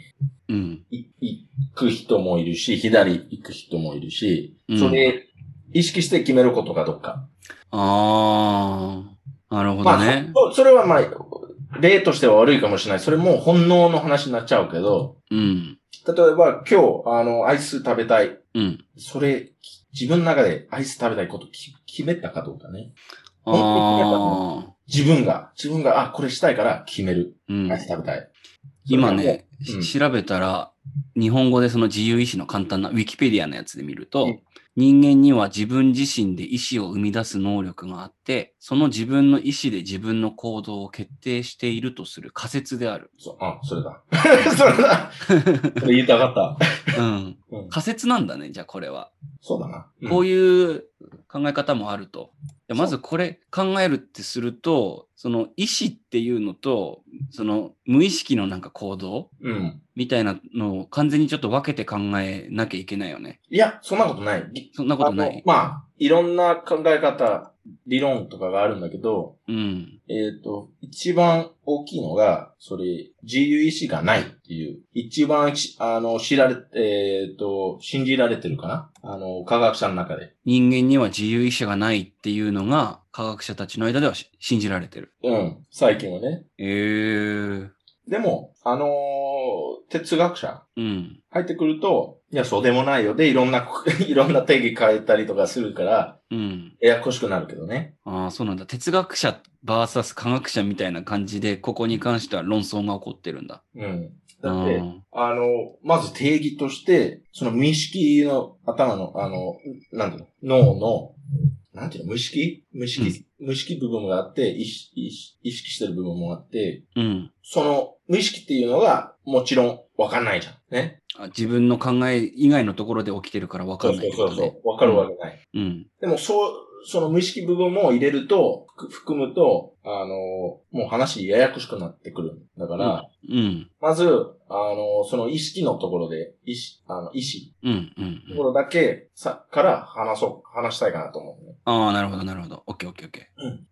Speaker 1: うん。
Speaker 2: い行く人もいるし、左行く人もいるし
Speaker 1: うん、
Speaker 2: それ、意識して決めることかどうか。
Speaker 1: あー。なるほどね。
Speaker 2: まあそ、それはまあ、例としては悪いかもしれない。それも本能の話になっちゃうけど、
Speaker 1: うん。
Speaker 2: 例えば今日、あの、アイス食べたい。
Speaker 1: うん。
Speaker 2: それ、き自分の中でアイス食べたいことき決めたかどうかね。
Speaker 1: あー。
Speaker 2: 自分が、自分が、あ、これしたいから決める。
Speaker 1: うん
Speaker 2: アイ。ス食べたい。
Speaker 1: 今ね、
Speaker 2: うん
Speaker 1: し調べたら、日本語でその自由意志の簡単な、ウィキペディアのやつで見ると、
Speaker 2: うん
Speaker 1: 人間には自分自身で意思を生み出す能力があって、その自分の意思で自分の行動を決定しているとする仮説である。
Speaker 2: そあ、それだ。それだ。 それ言いたかった。
Speaker 1: うん。
Speaker 2: うん、
Speaker 1: 仮説なんだね、じゃあこれは。
Speaker 2: そうだな。
Speaker 1: こ
Speaker 2: うん
Speaker 1: ういう考え方もあると。でまずこれ考えるってすると、その意思っていうのと、その無意識のなんか行動
Speaker 2: うん。
Speaker 1: みたいなのを完全にちょっと分けて考えなきゃいけないよね。
Speaker 2: いや、そんなことない。り
Speaker 1: そんなことな
Speaker 2: あの
Speaker 1: い。
Speaker 2: まあ、いろんな考え方、理論とかがあるんだけど、
Speaker 1: うん。
Speaker 2: えっ、と、一番大きいのが、それ、自由意志がないっていう、一番し、あの、知られ、えっ、と、信じられてるかなあの、科学者の中で。
Speaker 1: 人間には自由意志がないっていうのが科学者たちの間ではし信じられてる。
Speaker 2: うん、最近はね。
Speaker 1: えー。
Speaker 2: でも、あのー哲学者
Speaker 1: うん。
Speaker 2: 入ってくると、いや、そうでもないよ。で、いろんな、 いろんな定義変えたりとかするから、
Speaker 1: うん。
Speaker 2: ややこしくなるけどね。
Speaker 1: ああ、そうなんだ。哲学者 VS 科学者みたいな感じで、ここに関しては論争が起こってるんだ。
Speaker 2: うん。
Speaker 1: う
Speaker 2: だって、
Speaker 1: ん
Speaker 2: あの、まず定義として、その無意識の頭の、あの、なんていうの、脳の、なんていうの、無意識無意識、無意識部分があって意識、意識意識してる部分もあって、
Speaker 1: うん。
Speaker 2: その無意識っていうのが、もちろんわかんないじゃん。ね。
Speaker 1: あ自分の考え以外のところで起きてるから分か
Speaker 2: そ
Speaker 1: ん
Speaker 2: う
Speaker 1: ないって
Speaker 2: そ
Speaker 1: こ
Speaker 2: う
Speaker 1: と
Speaker 2: そ
Speaker 1: ね。
Speaker 2: う。わかるわけない。
Speaker 1: うん。
Speaker 2: でも、そう、その無意識部分も入れると、ふ含むと、あの、もう話ややこしくなってくる。だから、
Speaker 1: うん。
Speaker 2: まず、あの、その意識のところで、意識、あの、意識
Speaker 1: うん。うん。
Speaker 2: と
Speaker 1: う
Speaker 2: こ
Speaker 1: ん、
Speaker 2: ろだけさ、から話そう、話したいかなと思う、ね。
Speaker 1: ああ、なるほど、なるほど。オッケーオッケーオッケ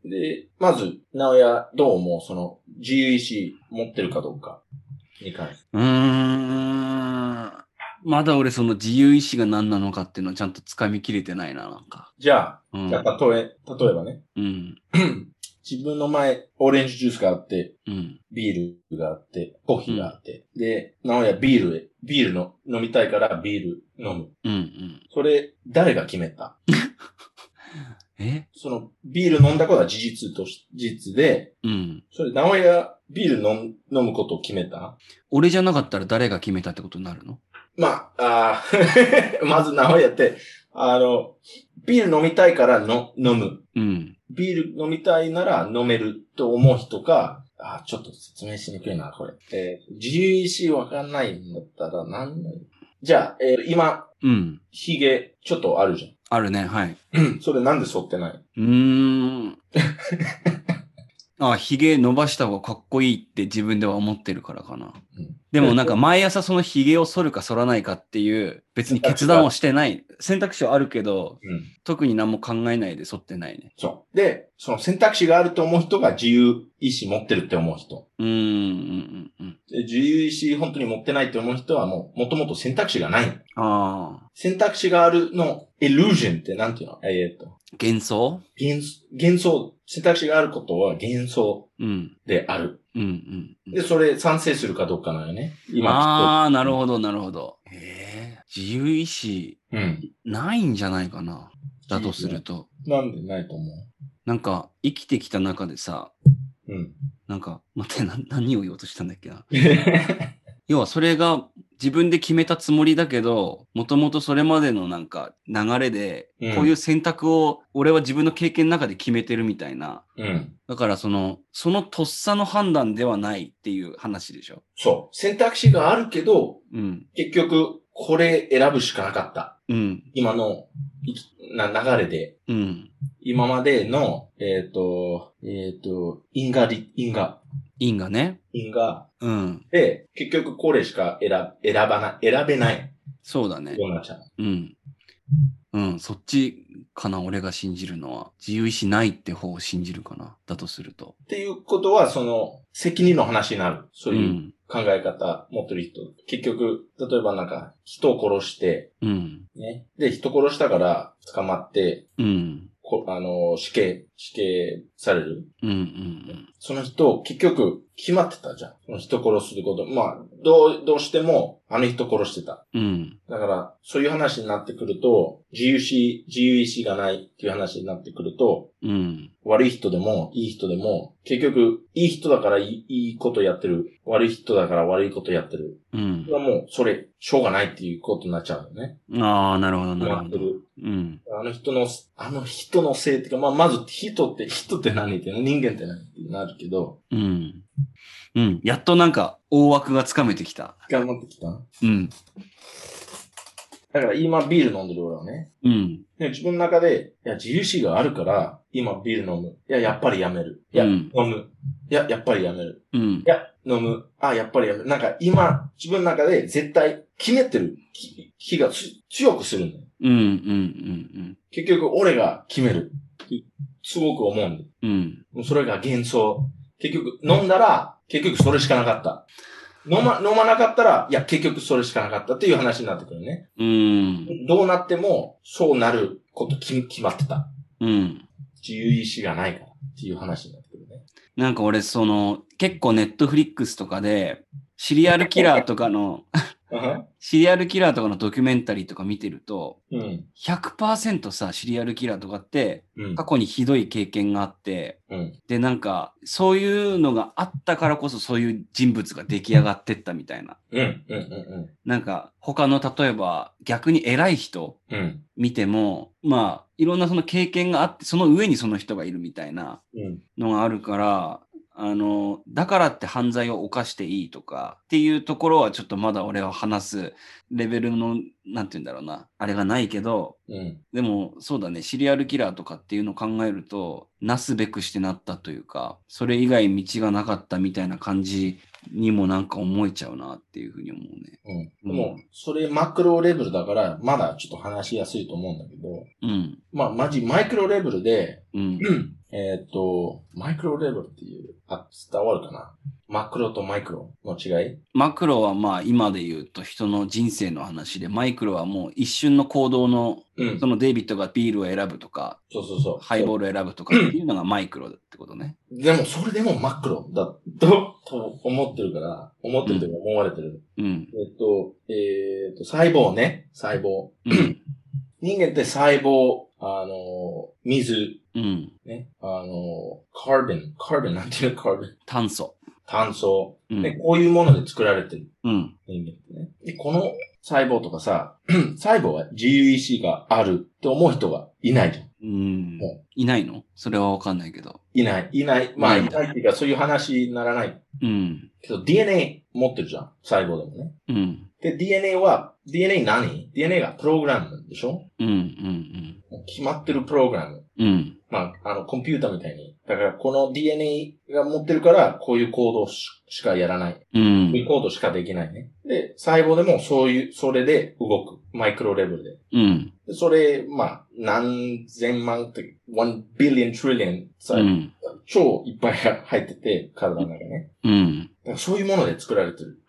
Speaker 2: で、まず、直哉どう思うその、自由意志持ってるかどうかに関して。
Speaker 1: ー。うーん。まだ俺その自由意志が何なのかっていうのをちゃんと掴みきれてないな、なんか。
Speaker 2: じゃ
Speaker 1: う
Speaker 2: あ、じゃ
Speaker 1: ん。
Speaker 2: あ、例え、例えばね、
Speaker 1: うん。
Speaker 2: 自分の前、オレンジジュースがあって、
Speaker 1: うん。
Speaker 2: ビールがあって、コーヒーがあって、で、直哉ビールへ、ビールの、飲みたいからビール飲む。
Speaker 1: うん。うん。
Speaker 2: それ、誰が決めた
Speaker 1: え
Speaker 2: その、ビール飲んだことは事実とし、事実で、
Speaker 1: うん。
Speaker 2: それ、直哉ビール飲む、飲むことを決めた
Speaker 1: 俺じゃなかったら誰が決めたってことになるの
Speaker 2: まあ、あー まず名古屋って、あの、ビール飲みたいからの飲む。
Speaker 1: うん。
Speaker 2: ビール飲みたいなら飲めると思う人か、あーちょっと説明しにくいな、これ。えー自由意志わかんないんだったらなんだよじゃあ、えー今、
Speaker 1: うん。
Speaker 2: ヒゲちょっとあるじ
Speaker 1: あるね、はい。
Speaker 2: ゃん。それなんで剃ってないう
Speaker 1: ー ん。あ、ひげ伸ばした方がかっこいいって自分では思ってるからかな。
Speaker 2: うん
Speaker 1: でもなんか毎朝そのひげを剃るか剃らないかっていう別に決断をしてない選択肢はあるけど
Speaker 2: うん。
Speaker 1: 特に何も考えないで剃ってないね。
Speaker 2: そう。で、その選択肢があると思う人が自由意志持ってるって思う人。
Speaker 1: うーんうんうんうん。
Speaker 2: で自由意志本当に持ってないって思う人はもう、もともと選択肢がない。
Speaker 1: ああ、
Speaker 2: 選択肢があるの、illusion ってなんていうのえーっと、
Speaker 1: 幻想
Speaker 2: 幻想、幻想、選択肢があることは幻想
Speaker 1: うん。
Speaker 2: である。
Speaker 1: うんうんうん。
Speaker 2: で、それ賛成するかどうかなのよね。今
Speaker 1: ああ、なるほどなるほど。へえ、自由意志
Speaker 2: きっと。うん。
Speaker 1: ないんじゃないかな。だとすると。
Speaker 2: なんでないと思
Speaker 1: なんか生きてきた中でさ、
Speaker 2: う。うん。
Speaker 1: なんか、待って、な何を言おうとしたんだっけな。要はそれが自分で決めたつもりだけど、もともとそれまでのなんか流れで、
Speaker 2: うん
Speaker 1: こういう選択を俺は自分の経験の中で決めてるみたいな。
Speaker 2: うん。
Speaker 1: だからその、そのとっさの判断ではないっていう話でしょ。
Speaker 2: そう。選択肢があるけど、
Speaker 1: うん。
Speaker 2: 結局、これ選ぶしかなかった。
Speaker 1: うん。
Speaker 2: 今の、いきな、流れで。
Speaker 1: うん。
Speaker 2: 今までの、えーっ、と、えーっ、と、因果り、因果、
Speaker 1: 因がね。
Speaker 2: 因果
Speaker 1: うん。
Speaker 2: で、結局これしか選、選ばな、選べない。
Speaker 1: そうだね。
Speaker 2: ようになっちゃう。
Speaker 1: うん。うん。そっちかな、俺が信じるのは。自由意志ないって方を信じるかな。だとすると。。
Speaker 2: っていうことは、その、責任の話になる。そうういうん考え方持ってる人。結局、例えばなんか、人を殺して、
Speaker 1: うん。
Speaker 2: ね。で、人殺したから捕まって、
Speaker 1: うん。
Speaker 2: こあの、死刑、死刑される。
Speaker 1: うんうん
Speaker 2: その人、結局、決まってたじゃん。その人殺すってこと。まあ、どう、どうしても、あの人殺してた。
Speaker 1: うん。うん。
Speaker 2: だから、そういう話になってくると、自由意志、自由意志がないっていう話になってくると、
Speaker 1: うん。
Speaker 2: 悪い人でも、いい人でも、結局、いい人だからいいいいことやってる。悪い人だから悪いことやってる。
Speaker 1: う
Speaker 2: それは
Speaker 1: ん。
Speaker 2: もう、それ、しょうがないっていうことになっちゃうよね。
Speaker 1: ああ、なるほど、なる
Speaker 2: や
Speaker 1: ほ
Speaker 2: って
Speaker 1: ど。
Speaker 2: る。
Speaker 1: うん。
Speaker 2: あの人の、あの人のせいっていうか、まあ、まず人って、人って何って人間って何ってなるけど、
Speaker 1: うん。うん。やっとなんか、大枠がつかめてきた。
Speaker 2: 頑張ってきた。
Speaker 1: うん。
Speaker 2: だから今ビール飲んでる俺はね。
Speaker 1: うん。
Speaker 2: で自分の中で、いや、自由視があるから、今ビール飲む。いや、やっぱりやめる。いや、
Speaker 1: うん
Speaker 2: 飲む。いや、やっぱりやめる。
Speaker 1: うん
Speaker 2: い。や、飲む。あ、やっぱりやめる。なんか今、自分の中で絶対決めてる気気がつ強くするんだよ。
Speaker 1: うん。うん。うん。
Speaker 2: 結局、俺が決める。ってすごく思うんだよ。
Speaker 1: うん。うん。
Speaker 2: もうそれが幻想。結局、飲んだら、結局それしかなかった。飲ま、飲まなかったら、いや、結局それしかなかったっていう話になってくるね。
Speaker 1: うん。
Speaker 2: どうなっても、そうなること決決まってた。
Speaker 1: うん。
Speaker 2: 自由意志がないからっていう話になってくるね。
Speaker 1: なんか俺、その、結構ネットフリックスとかで、シリアルキラーとかの、シリアルキラーとかのドキュメンタリーとか見てると、
Speaker 2: うん。
Speaker 1: 100%さ、シリアルキラーとかって、
Speaker 2: うん。
Speaker 1: 過去にひどい経験があって、
Speaker 2: うん。
Speaker 1: で、なんか、そういうのがあったからこそ、そういう人物が出来上がってったみたいな。
Speaker 2: うん。うん。う
Speaker 1: なんか、他の、例えば、逆に偉い人
Speaker 2: ん。うん。
Speaker 1: 見ても、まあ、いろんなその経験があって、その上にその人がいるみたいな
Speaker 2: うん。
Speaker 1: のがあるから、あの、だからって犯罪を犯していいとかっていうところはちょっとまだ俺は話すレベルの、なんて言うんだろうな、あれがないけど、
Speaker 2: うん。
Speaker 1: でもそうだねシリアルキラーとかっていうのを考えるとなすべくしてなったというかそれ以外道がなかったみたいな感じにもなんか思えちゃうなっていうふうに思うね。
Speaker 2: うん。でも、それマクロレベルだから、まだちょっと話しやすいと思うんだけど、
Speaker 1: うん
Speaker 2: まあ、マジマイクロレベルで、
Speaker 1: うん
Speaker 2: えーっと、マイクロレベルっていう、あ、伝わるかなマクロとマイクロの違い
Speaker 1: マクロはまあ今で言うと人の人生の話でマイクロはもう一瞬の行動の
Speaker 2: うん
Speaker 1: そ。のデイビッドがビールを選ぶとか
Speaker 2: そうそうそう。
Speaker 1: ハイボールを選ぶとかっていうのがマイクロってことね。
Speaker 2: でも、それでもマクロだ、と、と思ってるから、思ってるというか思われてる。
Speaker 1: うん
Speaker 2: えっと、えっと、細胞ね。細胞。
Speaker 1: うん
Speaker 2: 人間って細胞、あの、水、
Speaker 1: うん
Speaker 2: ね。あの、カーボン、カーボンなんていうのカーボン。
Speaker 1: 炭素。
Speaker 2: 炭素。
Speaker 1: うん
Speaker 2: で、こういうもので作られてる。
Speaker 1: うん
Speaker 2: 人間ってね。で、この細胞とかさ、 細胞は自由意志があるって思う人がいないじゃん。
Speaker 1: うん
Speaker 2: も
Speaker 1: いないのそれはわかんないけど。
Speaker 2: いない、いない。まあ、
Speaker 1: うん
Speaker 2: いないっていうか、そういう話にならない。
Speaker 1: うん
Speaker 2: けど、DNA 持ってるじゃん。細胞でもね。
Speaker 1: うん
Speaker 2: で、DNA は、DNA 何 ?DNA がプログラムなんでしょ
Speaker 1: うんうん
Speaker 2: もう決まってるプログラム。
Speaker 1: うんうん
Speaker 2: まあ、あの、コンピューターみたいに。だから、この DNA が持ってるから、こういう行動ししかやらない。こ
Speaker 1: う。
Speaker 2: ういうん行動しかできないね。で、細胞でもそういう、それで動く。マイクロレベルで。
Speaker 1: うん。
Speaker 2: でそれ、まあ、何千万って、1 billion trillion
Speaker 1: う
Speaker 2: 細胞、
Speaker 1: ん。
Speaker 2: 超いっぱい入ってて、体の中ね。
Speaker 1: うん。
Speaker 2: だからそういうもので作られてる。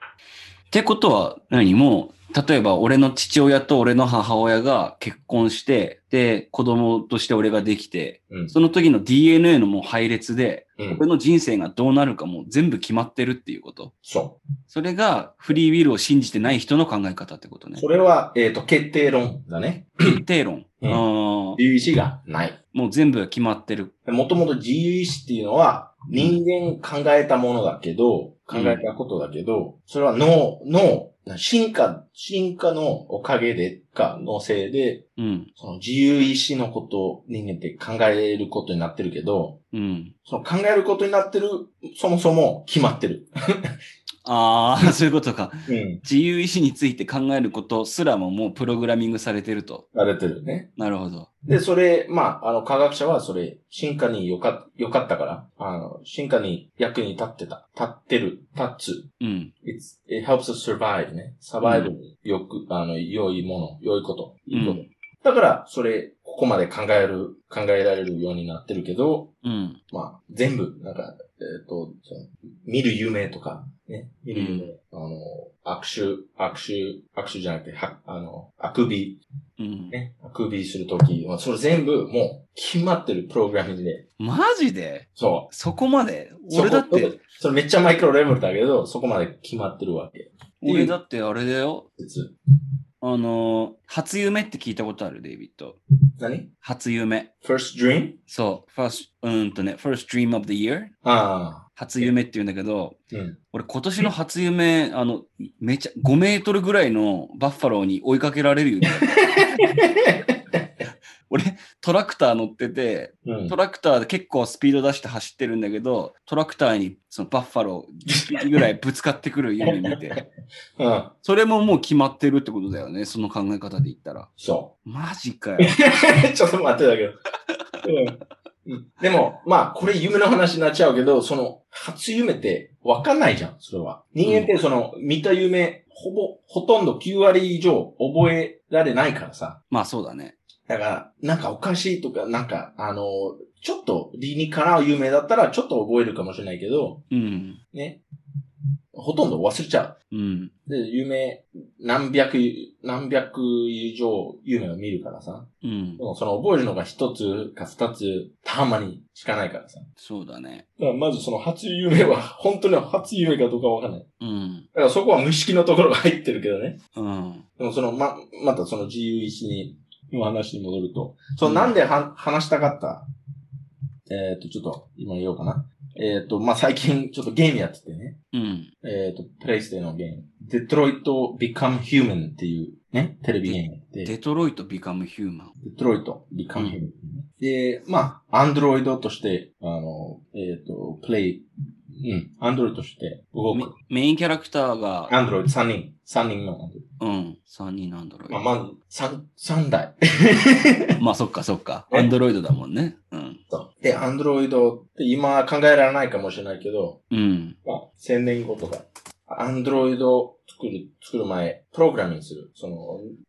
Speaker 1: ってことは、何もう、例えば俺の父親と俺の母親が結婚して、で、子供として俺ができて、
Speaker 2: うん。
Speaker 1: その時の DNA のもう配列で、
Speaker 2: うん
Speaker 1: 俺。の人生がどうなるかもう全部決まってるっていうこと。
Speaker 2: そ
Speaker 1: それがフリーウィルを信じてない人の考え方ってこと
Speaker 2: う。
Speaker 1: ね
Speaker 2: そ。れは、えっ、と、決定論だね。
Speaker 1: 決定論。
Speaker 2: うん
Speaker 1: あー
Speaker 2: 自由意志がない。
Speaker 1: もう全部決まってる。
Speaker 2: もともと自由意志っていうのは、人間考えたものだけど、考えたことだけど、それは脳、脳、進化、進化のおかげでか、のせいで、
Speaker 1: うん。
Speaker 2: その自由意志のことを人間って考えることになってるけど、
Speaker 1: うん。
Speaker 2: その考えることになってる、そもそも決まってる。
Speaker 1: ああ、そういうことか。
Speaker 2: うん。
Speaker 1: 自由意志について考えることすらももうプログラミングされてると。
Speaker 2: られてるね。
Speaker 1: なるほど。
Speaker 2: で、それ、まあ、あの、科学者はそれ、進化によか、よかったから、あの、進化に役に立ってた、立ってる、立つ
Speaker 1: うん。
Speaker 2: It's, it helps us survive ね。サバイブによく、あの、良いもの、良いこと、いいこと。
Speaker 1: う
Speaker 2: だから、それ、ここまで考える、考えられるようになってるけど、
Speaker 1: うん。
Speaker 2: まあ、全部、なんか、えっ、と、その見る夢とか、ね、見る夢、あの、握手、握手、握手じゃなくて、は、あの、あくび、
Speaker 1: うん。
Speaker 2: ね、あくびするとき、まあそれ全部、もう、決まってるプログラミングで、
Speaker 1: マジで
Speaker 2: そ
Speaker 1: そこまで
Speaker 2: う。
Speaker 1: 俺だっ
Speaker 2: そ
Speaker 1: て
Speaker 2: こ、それめっちゃマイクロレベルだけど、そこまで決まってるわけ。
Speaker 1: 俺だってあれだよ。
Speaker 2: 別
Speaker 1: あのー、初夢って聞いたことある、デイビッド。
Speaker 2: 何
Speaker 1: 初夢。
Speaker 2: first dream?
Speaker 1: そう。first, うーんとね、first dream of the year。
Speaker 2: あ
Speaker 1: 初夢って言うんだけど、
Speaker 2: うん
Speaker 1: 俺今年の初夢、あの、めちゃ、5メートルぐらいのバッファローに追いかけられるよ、ね。
Speaker 2: あ。
Speaker 1: 俺、トラクター乗ってて、
Speaker 2: うん
Speaker 1: トラクターで結構スピード出して走ってるんだけど、トラクターにそのバッファロー10匹ぐらいぶつかってくる夢見て、
Speaker 2: うん。
Speaker 1: それももう決まってるってことだよね、その考え方で言ったら。
Speaker 2: そ
Speaker 1: マジ かよ。
Speaker 2: う。ちょっと待ってだけど。うんうんでも、まあ、これ夢の話になっちゃうけど、その、初夢って分かんないじゃん、それは。人間ってその、見た夢、ほぼ、ほとんど9割以上覚えられないからさ。
Speaker 1: まあそうだね。
Speaker 2: だから、なんかおかしいとか、なんか、あの、ちょっと理にかなう夢だったら、ちょっと覚えるかもしれないけど、
Speaker 1: うん。
Speaker 2: ね。ほとんど忘れちゃう。
Speaker 1: うん。
Speaker 2: で、夢、何百、何百以上夢を見るからさ。
Speaker 1: うん
Speaker 2: で。もその覚えるのが一つか二つ、たまにしかないからさ。
Speaker 1: そうだね。
Speaker 2: だからまずその初夢は、本当に初夢かどうかわかんない。
Speaker 1: うん。
Speaker 2: だからそこは無意識のところが入ってるけどね。
Speaker 1: うん。
Speaker 2: でもその、ま、またその自由意志に、の話に戻ると。そのなんでは、話したかったえっ、と、ちょっと、今言おうかな。えっ、と、まあ、最近ちょっとゲームやっててね。
Speaker 1: うん。
Speaker 2: えっ、と、プレイステのゲーム。デトロイト Become Human っていうね、テレビゲームで。
Speaker 1: デトロイト・ビカム・ヒューマン。
Speaker 2: デトロイト、ビカムヘム。で、まあ、アンドロイドとして、あの、えっ、と、プレイ、うん、アンドロイドとして動
Speaker 1: メ
Speaker 2: く。
Speaker 1: メインキャラクターが、
Speaker 2: アンドロイド3人。3人のアンドロイ
Speaker 1: うん、3人なんだろう
Speaker 2: ド。まあ、まず、3、三台。
Speaker 1: まあそっかそっか。
Speaker 2: え
Speaker 1: アンドロイドだもんね。うん。
Speaker 2: そうで、アンドロイドって今考えられないかもしれないけど、
Speaker 1: うん。
Speaker 2: まあ、1000年後とか、アンドロイドを作る、作る前、プログラミングする。その、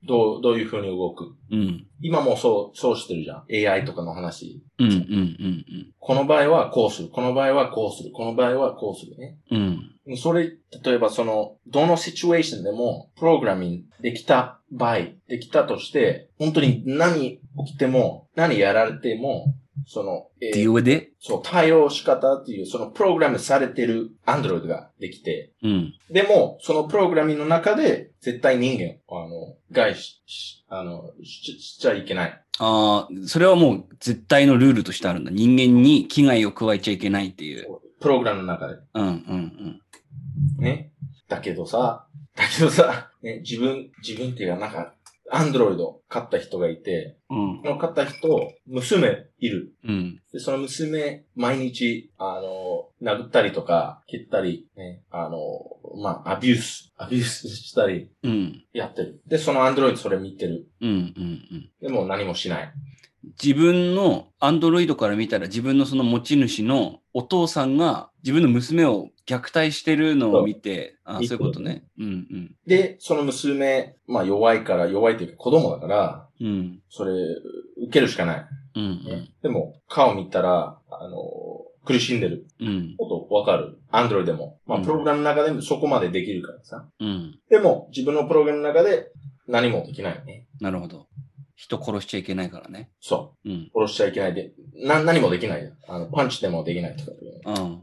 Speaker 2: どう、どういう風に動く。
Speaker 1: うん。
Speaker 2: 今もそう、そうしてるじゃん。AI とかの話。
Speaker 1: うん。うん。うん。
Speaker 2: この場合はこうする。この場合はこうする。この場合はこうするね。
Speaker 1: うん。
Speaker 2: それ、例えばその、どのシチュエーションでも、プログラミングできた場合、できたとして、本当に何起きても、何やられても、その、えー
Speaker 1: Deal with it?
Speaker 2: そう、対応仕方っていう、そのプログラムされてる Android ができて、
Speaker 1: うん。
Speaker 2: でも、そのプログラミングの中で、絶対人間を、あの、害し、しあの、ししちゃいけない。
Speaker 1: ああ、それはもう絶対のルールとしてあるんだ。人間に危害を加えちゃいけないっていう。
Speaker 2: プログラムの中で。
Speaker 1: うん。うん。
Speaker 2: ね。だけどさ、だけどさ、ね、自分、自分っていうか、なんか、Android を買った人がいて、
Speaker 1: うん。うん。
Speaker 2: の方人、娘いる。
Speaker 1: うん。
Speaker 2: で、その娘、毎日、あの、殴ったりとか、蹴ったり、ね、あの、まあ、アビュース、アビュースしたり、
Speaker 1: うん。
Speaker 2: やってる。で、そのアンドロイドそれ見てる。
Speaker 1: うん。うん。
Speaker 2: でも何もしない。
Speaker 1: 自分のアンドロイドから見たら自分のその持ち主のお父さんが自分の娘を虐待してるのを見て、あそういうことね。うん
Speaker 2: で、その娘、まあ、弱いから、弱いというか子供だから、
Speaker 1: うん。うん。
Speaker 2: それ、受けるしかない。
Speaker 1: うん。
Speaker 2: でも、顔見たら、あの、苦しんでる
Speaker 1: うん。
Speaker 2: ことわかる。アンドロイドでも。まあ、
Speaker 1: うん
Speaker 2: プログラムの中でもそこまでできるからさ。
Speaker 1: うん。
Speaker 2: でも、自分のプログラムの中で何もできないね。
Speaker 1: なるほど。人殺しちゃいけないからね。
Speaker 2: そう。
Speaker 1: うん。
Speaker 2: 殺しちゃいけないで、な、何もできないよ。あの、パンチでもできないとか。
Speaker 1: うん。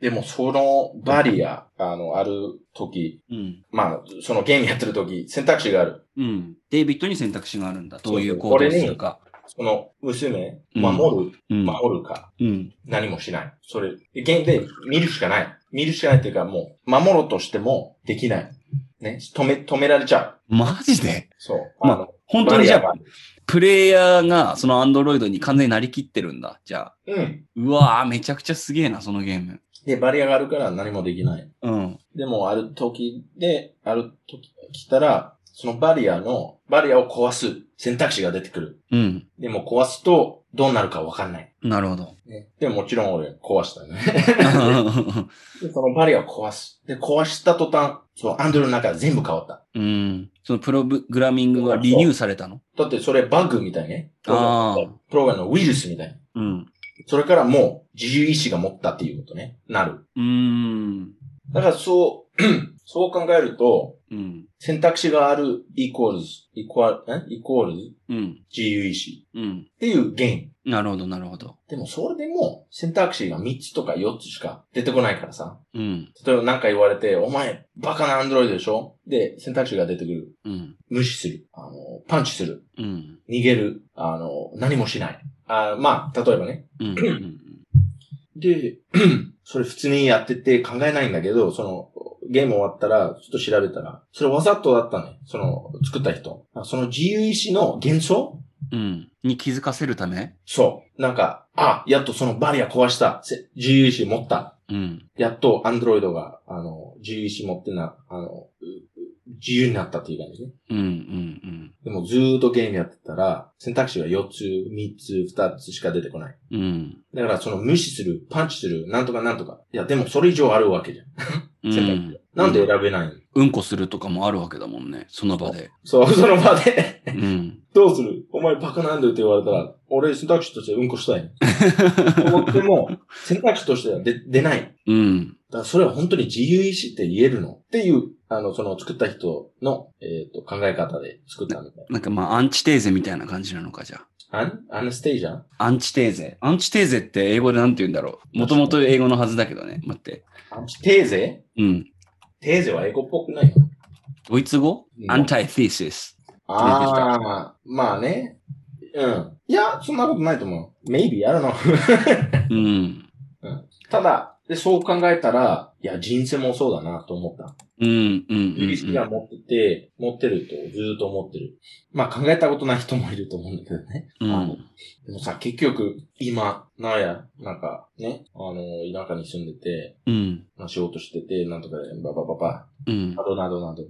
Speaker 2: でも、そのバリア、あの、ある時、
Speaker 1: うん。
Speaker 2: まあ、そのゲームやってる時、選択肢がある。
Speaker 1: うん。デイビッドに選択肢があるんだ。どういう行
Speaker 2: そ
Speaker 1: 動
Speaker 2: うそうこれ
Speaker 1: を
Speaker 2: ね
Speaker 1: するか。
Speaker 2: その、娘、
Speaker 1: うん
Speaker 2: 守る、
Speaker 1: うん。
Speaker 2: 守るか、
Speaker 1: うん。
Speaker 2: 何もしない。それ、でゲームで見るしかない。見るしかないっていうか、もう、守ろうとしても、できない。ね、止め、止められちゃう。
Speaker 1: マジで
Speaker 2: そう。
Speaker 1: まあ
Speaker 2: の、
Speaker 1: 本当にじゃ
Speaker 2: バ
Speaker 1: あ、プレイヤーがそのアンドロイドに完全になりきってるんだ。じゃあ。
Speaker 2: リアがうん。
Speaker 1: うわぁ、めちゃくちゃすげえな、そのゲーム。
Speaker 2: で、バリアがあるから何もできない。
Speaker 1: うん。
Speaker 2: でも、ある時で、ある時が来たら、そのバリアの、バリアを壊す選択肢が出てくる。
Speaker 1: うん。
Speaker 2: でも壊すと、どうなるかわかんない。
Speaker 1: なるほど。
Speaker 2: ね、でも、もちろん俺壊したよね。
Speaker 1: う
Speaker 2: でそのバリアを壊す。で、壊した途端、そう、アンドルの中全部変わった。
Speaker 1: ん。そのプログラミングがリニューされたの
Speaker 2: だってそれバグみたいね。
Speaker 1: あー
Speaker 2: プログラムのウイルスみたいな。
Speaker 1: うん。
Speaker 2: それからもう自由意志が持ったっていうことね。なる。
Speaker 1: うーん。
Speaker 2: だからそう、 そう考えると、
Speaker 1: うん。
Speaker 2: 選択肢があるイコールズ、イコール、イコール
Speaker 1: うん。
Speaker 2: 自由意志
Speaker 1: うん。
Speaker 2: っていうゲーム。
Speaker 1: なるほど、なるほど。
Speaker 2: でもそれでも選択肢が3つとか4つしか出てこないからさ。
Speaker 1: うん。
Speaker 2: 例えば何か言われて、お前バカなアンドロイドでしょで、選択肢が出てくる。
Speaker 1: うん。
Speaker 2: 無視する。あの、パンチする。
Speaker 1: うん。
Speaker 2: 逃げる。あの、何もしない。あまあ、例えばね。
Speaker 1: うん。うん。
Speaker 2: で、 それ普通にやってて考えないんだけど、その、ゲーム終わったら、ちょっと調べたら、それわざとだったね。その、作った人。あその自由意志の幻想
Speaker 1: うん。に気づかせるため
Speaker 2: そう。なんか、あ、やっとそのバリア壊した。せ自由意志持った。
Speaker 1: うん。
Speaker 2: やっとアンドロイドが、あの、自由意志持ってな、あの、うう自由になったっていう感じね。
Speaker 1: うん、うん、
Speaker 2: でもずーっとゲームやってたら、選択肢が4つ、3つ、2つしか出てこない。
Speaker 1: うん。うん。
Speaker 2: だからその無視する、パンチする、なんとかなんとか。いや、でもそれ以上あるわけじゃん。
Speaker 1: う
Speaker 2: 選択
Speaker 1: ん、
Speaker 2: なんで選べないの、
Speaker 1: うんこするとかもあるわけだもんね、その場で。
Speaker 2: そう、 その場で
Speaker 1: う。ん。
Speaker 2: どうするお前バカなんだよって言われたら、俺選択肢としてうんこしたい。思っても、選択肢としては出出ない。
Speaker 1: うん。
Speaker 2: だからそれは本当に自由意志って言えるのっていう、あの、その作った人の、えっ、と、考え方で作ったみたい
Speaker 1: なんかまあ、アンチテーゼみたいな感じなのか、じゃあ。
Speaker 2: な。アン、アナステイジャー
Speaker 1: アンチテーゼ。アンチテーゼって英語でなんて言うんだろう。もともと英語のはずだけどね。待って。
Speaker 2: アンチテーゼ
Speaker 1: うん。
Speaker 2: テーゼは英語っぽくないの
Speaker 1: ドイツ語
Speaker 2: うん
Speaker 1: アンタイテーシス。
Speaker 2: ああ、まあね。うん。いや、そんなことないと思う。maybe, I don't know.
Speaker 1: うん。
Speaker 2: ただ、で、そう考えたら、いや、人生もそうだなと思った。
Speaker 1: うん、うん、う
Speaker 2: 自由意識
Speaker 1: ん。
Speaker 2: は持ってて、持ってると、ずーっと思ってる。まあ考えたことない人もいると思うんだけどね。
Speaker 1: うん。
Speaker 2: でもさ、結局、今、なんや、なんか、ね、あの、田舎に住んでて、
Speaker 1: うん。
Speaker 2: まあ、仕事してて、なんとかで、ババババ、
Speaker 1: うん
Speaker 2: な。どなどなど。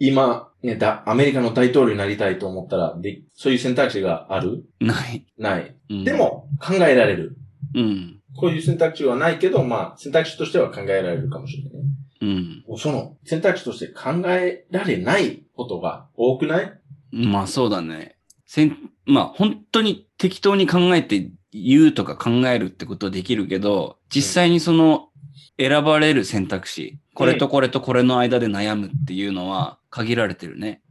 Speaker 2: 今、ね、だ、アメリカの大統領になりたいと思ったら、で、そういう選択肢がある
Speaker 1: ない。
Speaker 2: ない。
Speaker 1: うん
Speaker 2: で、も、考えられる。
Speaker 1: うん。
Speaker 2: こういう選択肢はないけど、まあ、選択肢としては考えられるかもしれないね。
Speaker 1: うん。
Speaker 2: もうその、選択肢として考えられないことが多くない
Speaker 1: まあそうだね。せんまあ本当に適当に考えて言うとか考えるってことはできるけど、実際にその選ばれる選択肢、これとこれとこれの間で悩むっていうのは限られてるね。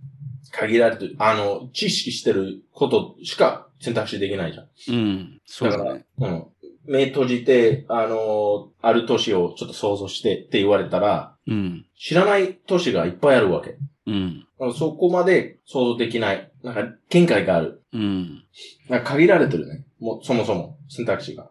Speaker 2: 限られてる。あの、知識してることしか選択肢できないじゃん。
Speaker 1: うん。そうだね。
Speaker 2: うん。目閉じて、あのーある都市をちょっと想像してって言われたら、
Speaker 1: うん。
Speaker 2: 知らない都市がいっぱいあるわけ。
Speaker 1: うん。
Speaker 2: あのそこまで想像できない。なんか、見解がある。
Speaker 1: うん。
Speaker 2: なんか限られてるね。もう、そもそも、選択肢が。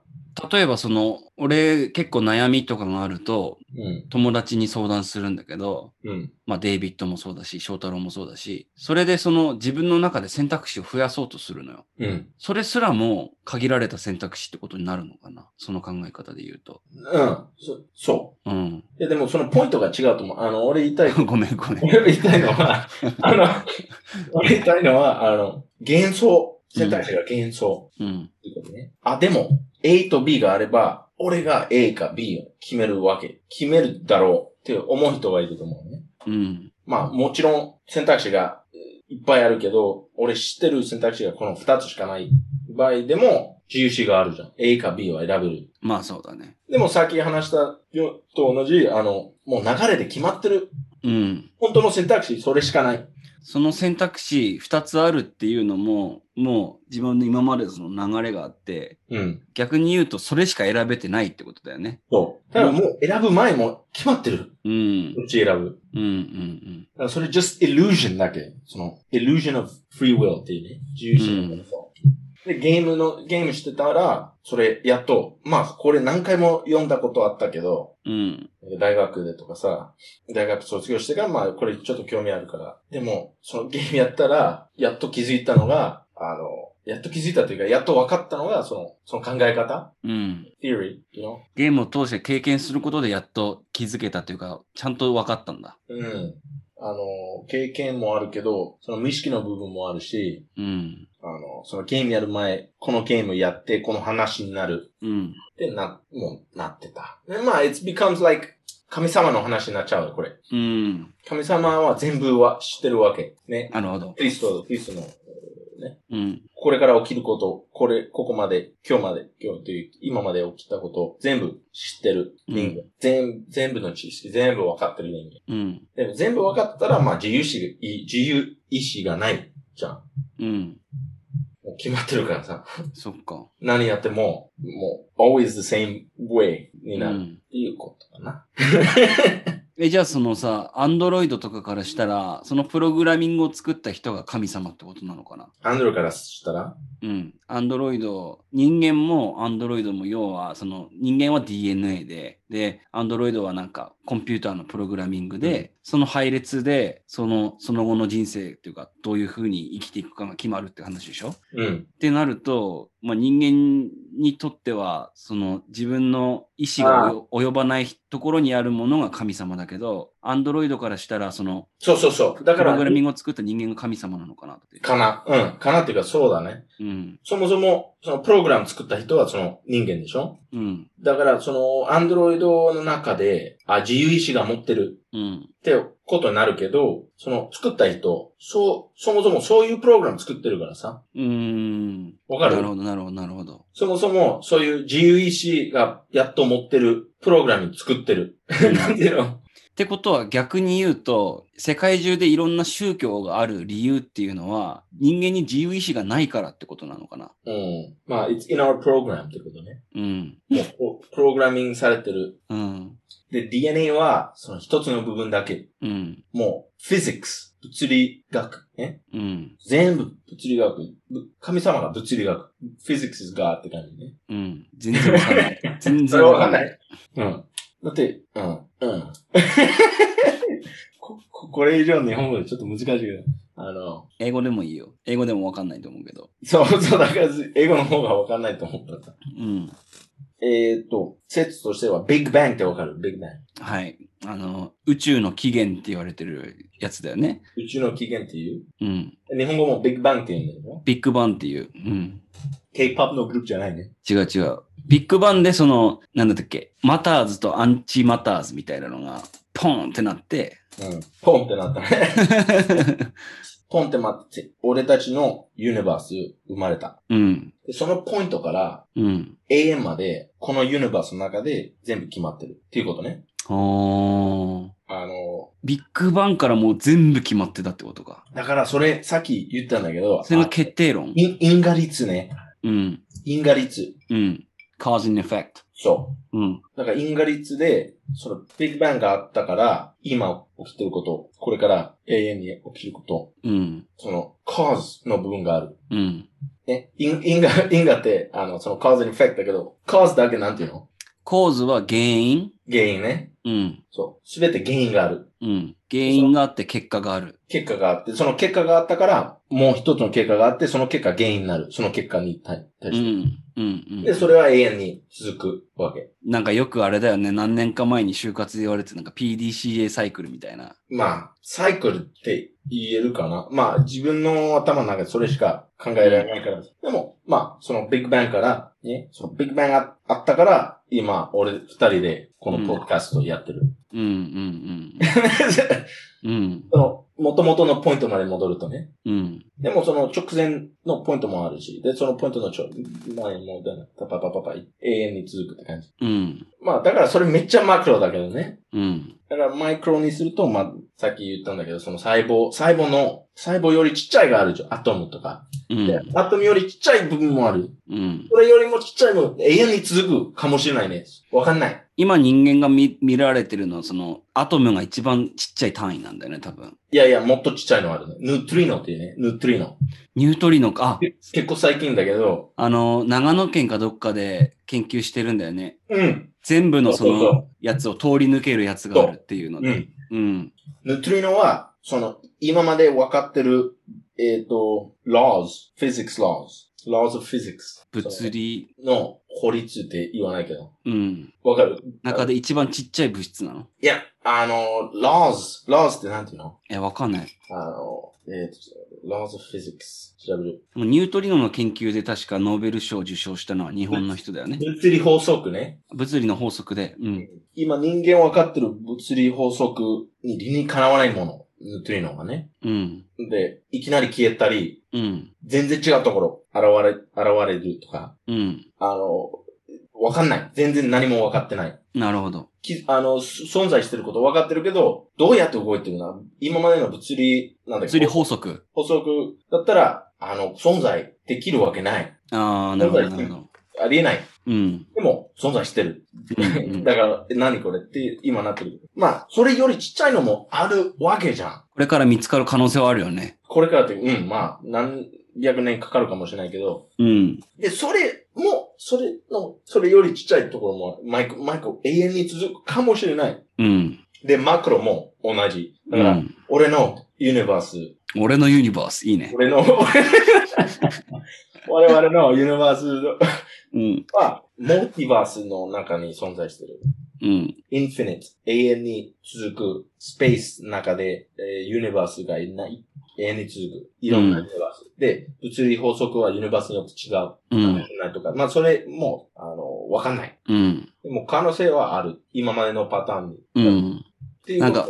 Speaker 1: 例えばその、俺結構悩みとかがあると
Speaker 2: うん。
Speaker 1: 友達に相談するんだけど、
Speaker 2: うん。
Speaker 1: まあデイビッドもそうだし、翔太郎もそうだし、それでその自分の中で選択肢を増やそうとするのよ。
Speaker 2: うん。
Speaker 1: それすらも限られた選択肢ってことになるのかなその考え方で言うと。
Speaker 2: うん。そそ
Speaker 1: うん。
Speaker 2: う。いや、でもそのポイントが違うと思う。あの、俺言いたい、
Speaker 1: ごめんごめん。
Speaker 2: 俺言いたいのは、あの、俺言いたいのは、あの、幻想。選択肢が幻想。
Speaker 1: うん。
Speaker 2: っていうことね。あ、でも、A と B があれば、俺が A か B を決めるわけ。決めるだろうって思う人がいると思うね。
Speaker 1: うん。
Speaker 2: まあ、もちろん選択肢がえーいっぱいあるけど、俺知ってる選択肢がこの2つしかない場合でも、自由視があるじゃん。A か B を選べる。
Speaker 1: まあそうだね。
Speaker 2: でもさっき話したよと同じ、あの、もう流れで決まってる。
Speaker 1: うん。
Speaker 2: 本当の選択肢、それしかない。
Speaker 1: その選択肢2つあるっていうのも、もう自分の今までのその流れがあって、
Speaker 2: うん。
Speaker 1: 逆に言うとそれしか選べてないってことだよね。
Speaker 2: そう。だからもう選ぶ前も決まってる。
Speaker 1: うん。
Speaker 2: どっち選ぶ。
Speaker 1: うんうん
Speaker 2: だからそれ just illusion だけ。その、illusion of free will っていうね。自由意志のことで、ゲームの、ゲームしてたら、それやっと、まあ、これ何回も読んだことあったけど、
Speaker 1: うん。うん。
Speaker 2: 大学でとかさ、大学卒業してから、まあ、これちょっと興味あるから。でも、そのゲームやったら、やっと気づいたのが、あの、やっと気づいたというか、やっと分かったのが、その、その考え方
Speaker 1: うん。
Speaker 2: ?theory, you know?
Speaker 1: ゲームを通して経験することでやっと気づけたというか、ちゃんと分かったんだ。
Speaker 2: うん。あの、経験もあるけど、その無意識の部分もあるし、
Speaker 1: うん。
Speaker 2: あの、そのゲームやる前、このゲームやって、この話になる
Speaker 1: うん。
Speaker 2: ってな、もうなってた。で、まあ、it becomes like 神様の話になっちゃうよ、これ。
Speaker 1: うん。
Speaker 2: 神様は全部は知ってるわけ。ね。
Speaker 1: なるほど。
Speaker 2: クリスト、クリストの、えーね。
Speaker 1: うん。
Speaker 2: これから起きること、これ、ここまで、今日まで、今日という、今まで起きたこと、全部知ってる人間。全全部の知識、全部分かってる人間。
Speaker 1: うん。
Speaker 2: でも全部分かったら、まあ、自由意志、い自由意志がないじゃん。
Speaker 1: うん。
Speaker 2: もう決まってるからさ。
Speaker 1: そっか。
Speaker 2: 何やっても、もう、always the same way にな
Speaker 1: う
Speaker 2: るっ
Speaker 1: ん
Speaker 2: ていうことかな。
Speaker 1: え、じゃあそのさ、アンドロイドとかからしたら、そのプログラミングを作った人が神様ってことなのかな
Speaker 2: アンドロからしたら
Speaker 1: うん。アンドロイド、人間もアンドロイドも要は、その人間は DNA で、で、Android はなんかコンピューターのプログラミングで、その配列で、その、その後の人生というか、どういうふうに生きていくかが決まるって話でしょ
Speaker 2: うん。
Speaker 1: ってなると、まあ、人間にとってはその自分の意志が及及ばないところにあるものが神様だけどアンドロイドからしたらその
Speaker 2: そうそうそう。だ
Speaker 1: プ
Speaker 2: か
Speaker 1: ロ
Speaker 2: ら
Speaker 1: グ、ラミングを作った人間が神様なのかなって。
Speaker 2: かな。うん。かなっていうか、そうだね。
Speaker 1: うん
Speaker 2: そもそも、そのプログラム作った人はその人間でしょ
Speaker 1: うん
Speaker 2: だから、その、アンドロイドの中で、あ、自由意志が持ってる
Speaker 1: うん
Speaker 2: ってことになるけど、その、作った人、そう、そもそもそういうプログラム作ってるからさ。
Speaker 1: うーん
Speaker 2: わか
Speaker 1: な
Speaker 2: る
Speaker 1: るほどなるほどなるほど。
Speaker 2: そもそも、そういう自由意志がやっと持ってるプログラム作ってる。
Speaker 1: うん
Speaker 2: なんていうの
Speaker 1: ってことは逆に言うと世界中でいろんな宗教がある理由っていうのは人間に自由意志がないからってことなのかな。
Speaker 2: うん。まあ、it's in our program ってことね。
Speaker 1: うん
Speaker 2: もうこう、プログラミングされてる。
Speaker 1: うん
Speaker 2: で、DNA は、その一つの部分だけ。
Speaker 1: うん
Speaker 2: もう、physics、物理学、ね。
Speaker 1: うん
Speaker 2: 全部、物理学。ぶ神様が物理学。physics is God って感じね。
Speaker 1: うん全然わかん ない。全
Speaker 2: そ
Speaker 1: 然
Speaker 2: れ
Speaker 1: わ
Speaker 2: わ
Speaker 1: か
Speaker 2: か
Speaker 1: ん
Speaker 2: ん
Speaker 1: な。
Speaker 2: ないい。うん。だって、うん、うん。 こここれ以上日本語でちょっと難しいけど。あの、
Speaker 1: 英語でもいいよ。英語でもわかんないと思うけど。
Speaker 2: そうそう、だから英語の方がわかんないと思った。
Speaker 1: うん。
Speaker 2: えーっと、説としては、ビッグバンってわかるビッグバン。
Speaker 1: はい。あの、宇宙の起源って言われてるやつだよね。
Speaker 2: 宇宙の起源っていう
Speaker 1: うん。
Speaker 2: 日本語もビッグバンって言うんだけど。
Speaker 1: ビッグバンっていう。うん。
Speaker 2: K-POP のグループじゃないね。
Speaker 1: 違う違う。ビッグバンでその、なんだったっけ、マターズとアンチマターズみたいなのが、ポンってなって、
Speaker 2: うん。ポンってなったね。 ポンって待って、俺たちのユニバース生まれた。
Speaker 1: うん。
Speaker 2: でそのポイントから
Speaker 1: うん。
Speaker 2: 永遠まで、このユニバースの中で全部決まってる。っていうことね。
Speaker 1: おー。
Speaker 2: あの、
Speaker 1: ビッグバンからもう全部決まってたってことか。
Speaker 2: だからそれ、さっき言ったんだけど、
Speaker 1: それ
Speaker 2: あ
Speaker 1: が決定論。
Speaker 2: 因因果率ね。
Speaker 1: うん。
Speaker 2: 因果率。
Speaker 1: うん。cause and effect。
Speaker 2: そ
Speaker 1: うん。
Speaker 2: う。だから因果率で、そのビッグバンがあったから、今起きてること、これから永遠に起きること、
Speaker 1: うん。
Speaker 2: その cause の部分がある。
Speaker 1: うん。
Speaker 2: ね、因因果、因果って、あの、その cause and effect だけど、cause だけなんていうの
Speaker 1: cause は原因。
Speaker 2: 原因ね。
Speaker 1: うん。
Speaker 2: そう。すべて原因がある。
Speaker 1: うん。原因があって結果がある。
Speaker 2: 結果があって、その結果があったから、もう一つの結果があって、その結果原因になる。その結果に対対
Speaker 1: う
Speaker 2: して。
Speaker 1: ん。うん。う
Speaker 2: で、
Speaker 1: ん。
Speaker 2: それは永遠に続くわけ。
Speaker 1: なんかよくあれだよね。何年か前に就活で言われてた、なんか PDCA サイクルみたいな。
Speaker 2: まあ、サイクルって言えるかな。まあ、自分の頭の中でそれしか考えられないから。でも、まあ、そのビッグバンから、ね、そのビッグバンがあったから、今、俺二人で、このポッドキャストをやっ てる。
Speaker 1: うんうんうん。うん。
Speaker 2: その、元々のポイントまで戻るとね。
Speaker 1: うん。
Speaker 2: でもその直前のポイントもあるし、で、そのポイントのちょ前にもう、パパパパパ、永遠に続くって感じ。
Speaker 1: うん。
Speaker 2: まあ、だからそれめっちゃマクロだけどね。
Speaker 1: うん。
Speaker 2: だからマイクロにすると、まあ、さっき言ったんだけど、その細胞、細胞の、細胞よりちっちゃいがあるじゃん。アトムとか。
Speaker 1: うん。
Speaker 2: でアトムよりちっちゃい部分もある。
Speaker 1: うん
Speaker 2: それよりもちっちゃいの、永遠に続くかもしれないね。わかんない。
Speaker 1: 今人間が見見られてるのは、その、アトムが一番ちっちゃい単位なんだよね、多分。
Speaker 2: いやいや、もっとちっちゃいのあるね。ヌトリノっていうね。ヌトリノ。
Speaker 1: ニュートリノか、
Speaker 2: 結構最近だけど、
Speaker 1: あ、あの、長野県かどっかで研究してるんだよね。
Speaker 2: うん。
Speaker 1: 全部のそ
Speaker 2: そうそう
Speaker 1: のやつを通り抜けるやつがあるっていうの
Speaker 2: う
Speaker 1: で。
Speaker 2: ん。
Speaker 1: うん。
Speaker 2: ヌトリノは、その、今まで分かってる、えっ、と、laws, physics laws, laws of physics
Speaker 1: 物理、
Speaker 2: の法律って言わないけど。
Speaker 1: うん。
Speaker 2: わかる
Speaker 1: 中で一番ちっちゃい物質なの
Speaker 2: いや、あの、laws, laws ってなんていうの
Speaker 1: え、わかんない。
Speaker 2: あの、えっ、と、laws of physics 調べる。
Speaker 1: でもニュートリノの研究で確かノーベル賞を受賞したのは日本の人だよね。
Speaker 2: 物理法則ね。
Speaker 1: 物理の法則で。うん。
Speaker 2: 今人間分かってる物理法則に理にかなわないもの。ヌトリノがね。
Speaker 1: うん。
Speaker 2: で、いきなり消えたり、
Speaker 1: うん。
Speaker 2: 全然違うところ、現れ、現れるとか。
Speaker 1: うん。
Speaker 2: あの、わかんない。全然何もわかってない。
Speaker 1: なるほど。
Speaker 2: きあの、す存在してることわかってるけど、どうやって動いてるな今までの物理、なんだっけ
Speaker 1: 物理法則。
Speaker 2: 法則だったら、あの、存在できるわけない。
Speaker 1: ああ、なるほど、なるほど。
Speaker 2: ありえない。
Speaker 1: うん。
Speaker 2: でも、存在してる。
Speaker 1: うんうん
Speaker 2: だから、え何これって今なってる。まあ、それよりちっちゃいのもあるわけじゃん。
Speaker 1: これから見つかる可能性はあるよね。
Speaker 2: これからって、うん、まあ、なん、逆年かかるかもしれないけど、
Speaker 1: うん。
Speaker 2: で、それも、それの、それよりちっちゃいところも、マイク、マイク永遠に続くかもしれない。
Speaker 1: うん。
Speaker 2: で、マクロも同じ。だ
Speaker 1: う
Speaker 2: から、
Speaker 1: ん。
Speaker 2: 俺のユニバース、
Speaker 1: 俺のユニバース、いいね。
Speaker 2: 俺の、 我々のユニバース
Speaker 1: うん。
Speaker 2: は、モルティバースの中に存在してる。
Speaker 1: うん。
Speaker 2: インフィニット、永遠に続くスペースの中で、えーユニバースがいない、永遠に続く。いろんなユニバース。で、物理法則はユニバースによって違う。
Speaker 1: うん。
Speaker 2: ないとか、まあそれも、あの、わかんない。
Speaker 1: うん。
Speaker 2: でも可能性はある。今までのパターンに。
Speaker 1: う
Speaker 2: っ
Speaker 1: ん。
Speaker 2: ていうことは、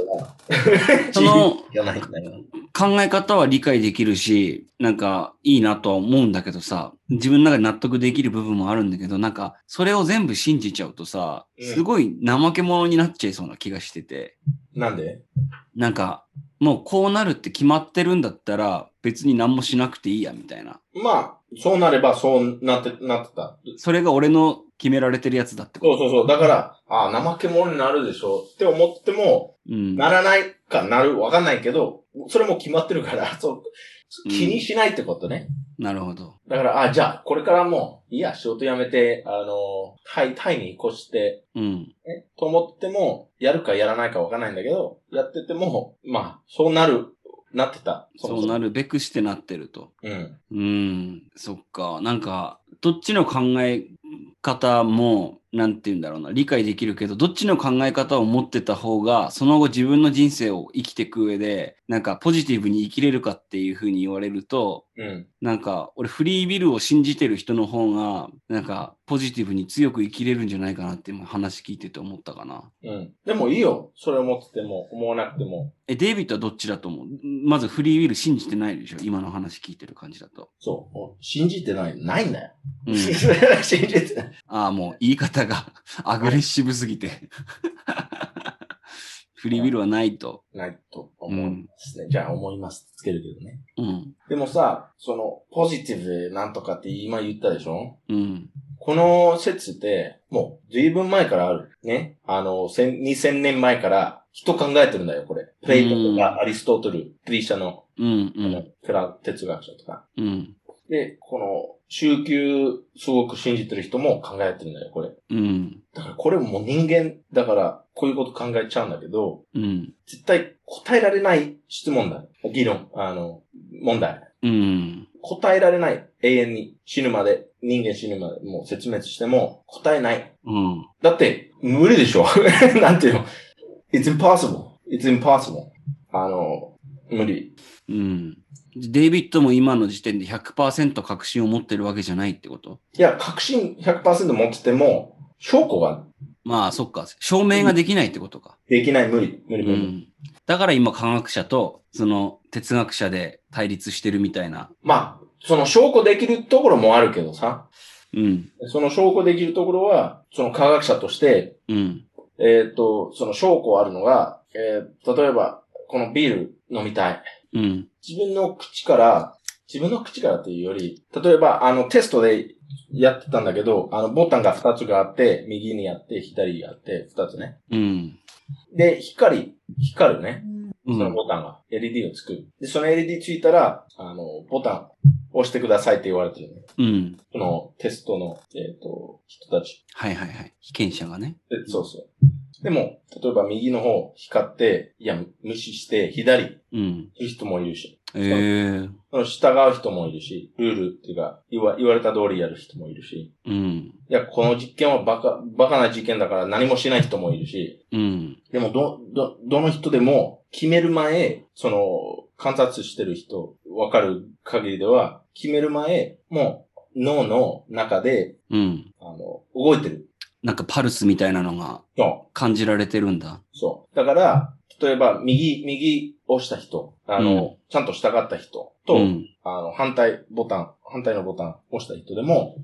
Speaker 1: その
Speaker 2: じゃないんだよ。
Speaker 1: 考え方は理解できるし、なんかいいなとは思うんだけどさ、自分の中で納得できる部分もあるんだけど、なんかそれを全部信じちゃうとさ、
Speaker 2: うん
Speaker 1: すごい怠け者になっちゃいそうな気がしてて。
Speaker 2: なんで
Speaker 1: なんか、もうこうなるって決まってるんだったら、別に何もしなくていいや、みたいな。
Speaker 2: まあ、そうなればそうなって、なってた。
Speaker 1: それが俺の決められてるやつだってこ
Speaker 2: そ
Speaker 1: と。
Speaker 2: うそうそう。だから、ああ、怠け者になるでしょって思っても、
Speaker 1: うん。
Speaker 2: ならないかなる、わかんないけど、それも決まってるから、 そう、気にしないってことね。
Speaker 1: なるほど。
Speaker 2: だから、あ、じゃあ、これからもう、いいや、仕事辞めて、あの、タイ、タイに越して、
Speaker 1: うん。
Speaker 2: ね、と思っても、やるかやらないかわかんないんだけど、やってても、まあ、そうなる、なってた。
Speaker 1: そうな
Speaker 2: る。
Speaker 1: るべくしてなってると。
Speaker 2: うん。
Speaker 1: うん。そっか。なんか、どっちの考え方も、なんて言うんだろうな、理解できるけど、どっちの考え方を持ってた方が、その後自分の人生を生きていく上で、なんかポジティブに生きれるかっていうふうに言われると、
Speaker 2: うん。
Speaker 1: なんか、俺、フリービルを信じてる人の方が、なんか、ポジティブに強く生きれるんじゃないかなって、今話聞いてて思ったかな。
Speaker 2: うん。でもいいよ。それ思ってても、思わなくても。
Speaker 1: え、デイビッドはどっちだと思うまず、フリービル信じてないでしょ今の話聞いてる感じだと。
Speaker 2: そうもう。信じてない。ないんだよ。。
Speaker 1: うん
Speaker 2: 信じてない。
Speaker 1: ああ、もう、言い方が、 アグレッシブすぎて。 フリービルはないと。
Speaker 2: ないと思うんですね。じゃあ、思います。つけるけどね。
Speaker 1: うん。
Speaker 2: でもさ、その、ポジティブなんとかって今言ったでしょ
Speaker 1: うん。
Speaker 2: この説って、もう、随分前からある。ね。あの、千2000年前から、人考えてるんだよ、これ。プレイトとか、アリストートル、ギリシャの、
Speaker 1: うん。う
Speaker 2: あの
Speaker 1: ん。
Speaker 2: プラ哲学者とか。
Speaker 1: うん。
Speaker 2: で、この、宗教、すごく信じてる人も考えてるんだよ、これ。
Speaker 1: うん。
Speaker 2: だから、これも人間、だから、こういうこと考えちゃうんだけど、
Speaker 1: うん。
Speaker 2: 絶対答えられない質問だ。議論、あの、問題。
Speaker 1: うん。
Speaker 2: 答えられない。永遠に。死ぬまで。人間死ぬまで。もう、絶滅しても、答えない。
Speaker 1: うん。
Speaker 2: だって、無理でしょ なんていうの ?It's impossible. It's impossible. あの、無理。
Speaker 1: うん。デイビッドも今の時点で100%確信を持ってるわけじゃないってこと
Speaker 2: いや、確信100%持ってても、証拠が
Speaker 1: まあ、そっか。証明ができないってことか。
Speaker 2: できない。無理。無
Speaker 1: う
Speaker 2: 理無理。
Speaker 1: ん。だから今、科学者と、その、哲学者で対立してるみたいな。
Speaker 2: まあ、その証拠できるところもあるけどさ。
Speaker 1: うん。
Speaker 2: その証拠できるところは、その科学者として、
Speaker 1: うん。
Speaker 2: えっ、と、その証拠あるのが、えー例えば、このビール飲みたい。
Speaker 1: うん。
Speaker 2: 自分の口から、自分の口からっていうより、例えば、あの、テストでやってたんだけど、あの、ボタンが2つがあって、右にあって、左にあって、2つね。
Speaker 1: うん。
Speaker 2: で、光、光るね。
Speaker 1: う
Speaker 2: その
Speaker 1: ん。
Speaker 2: ボタンが、LED をつく。で、その LED ついたら、あの、ボタン、押してくださいって言われてるね。
Speaker 1: うん。
Speaker 2: その、テストの、えっ、と、人たち。
Speaker 1: はいはいはい。被験者がね。
Speaker 2: でそうそう。でも、例えば右の方、光って、いや、無視して、左、い
Speaker 1: うん。
Speaker 2: る人もいるし。
Speaker 1: ええ。
Speaker 2: その従う人もいるし、ルールっていうか、言わ言われた通りやる人もいるし、
Speaker 1: うん。
Speaker 2: いや、この実験はバカ、バカな実験だから何もしない人もいるし、
Speaker 1: うん。
Speaker 2: でもど、ど、どの人でも決める前、その、観察してる人、わかる限りでは、決める前、もう脳の中で、
Speaker 1: うん。
Speaker 2: あの、動いてる。
Speaker 1: なんかパルスみたいなのが
Speaker 2: そう。
Speaker 1: 感じられてるんだ。
Speaker 2: そう。だから、例えば、右、右押した人、あの、
Speaker 1: うん
Speaker 2: ちゃんと従った人と、
Speaker 1: うん。
Speaker 2: あの、反対ボタン、反対のボタン押した人でも、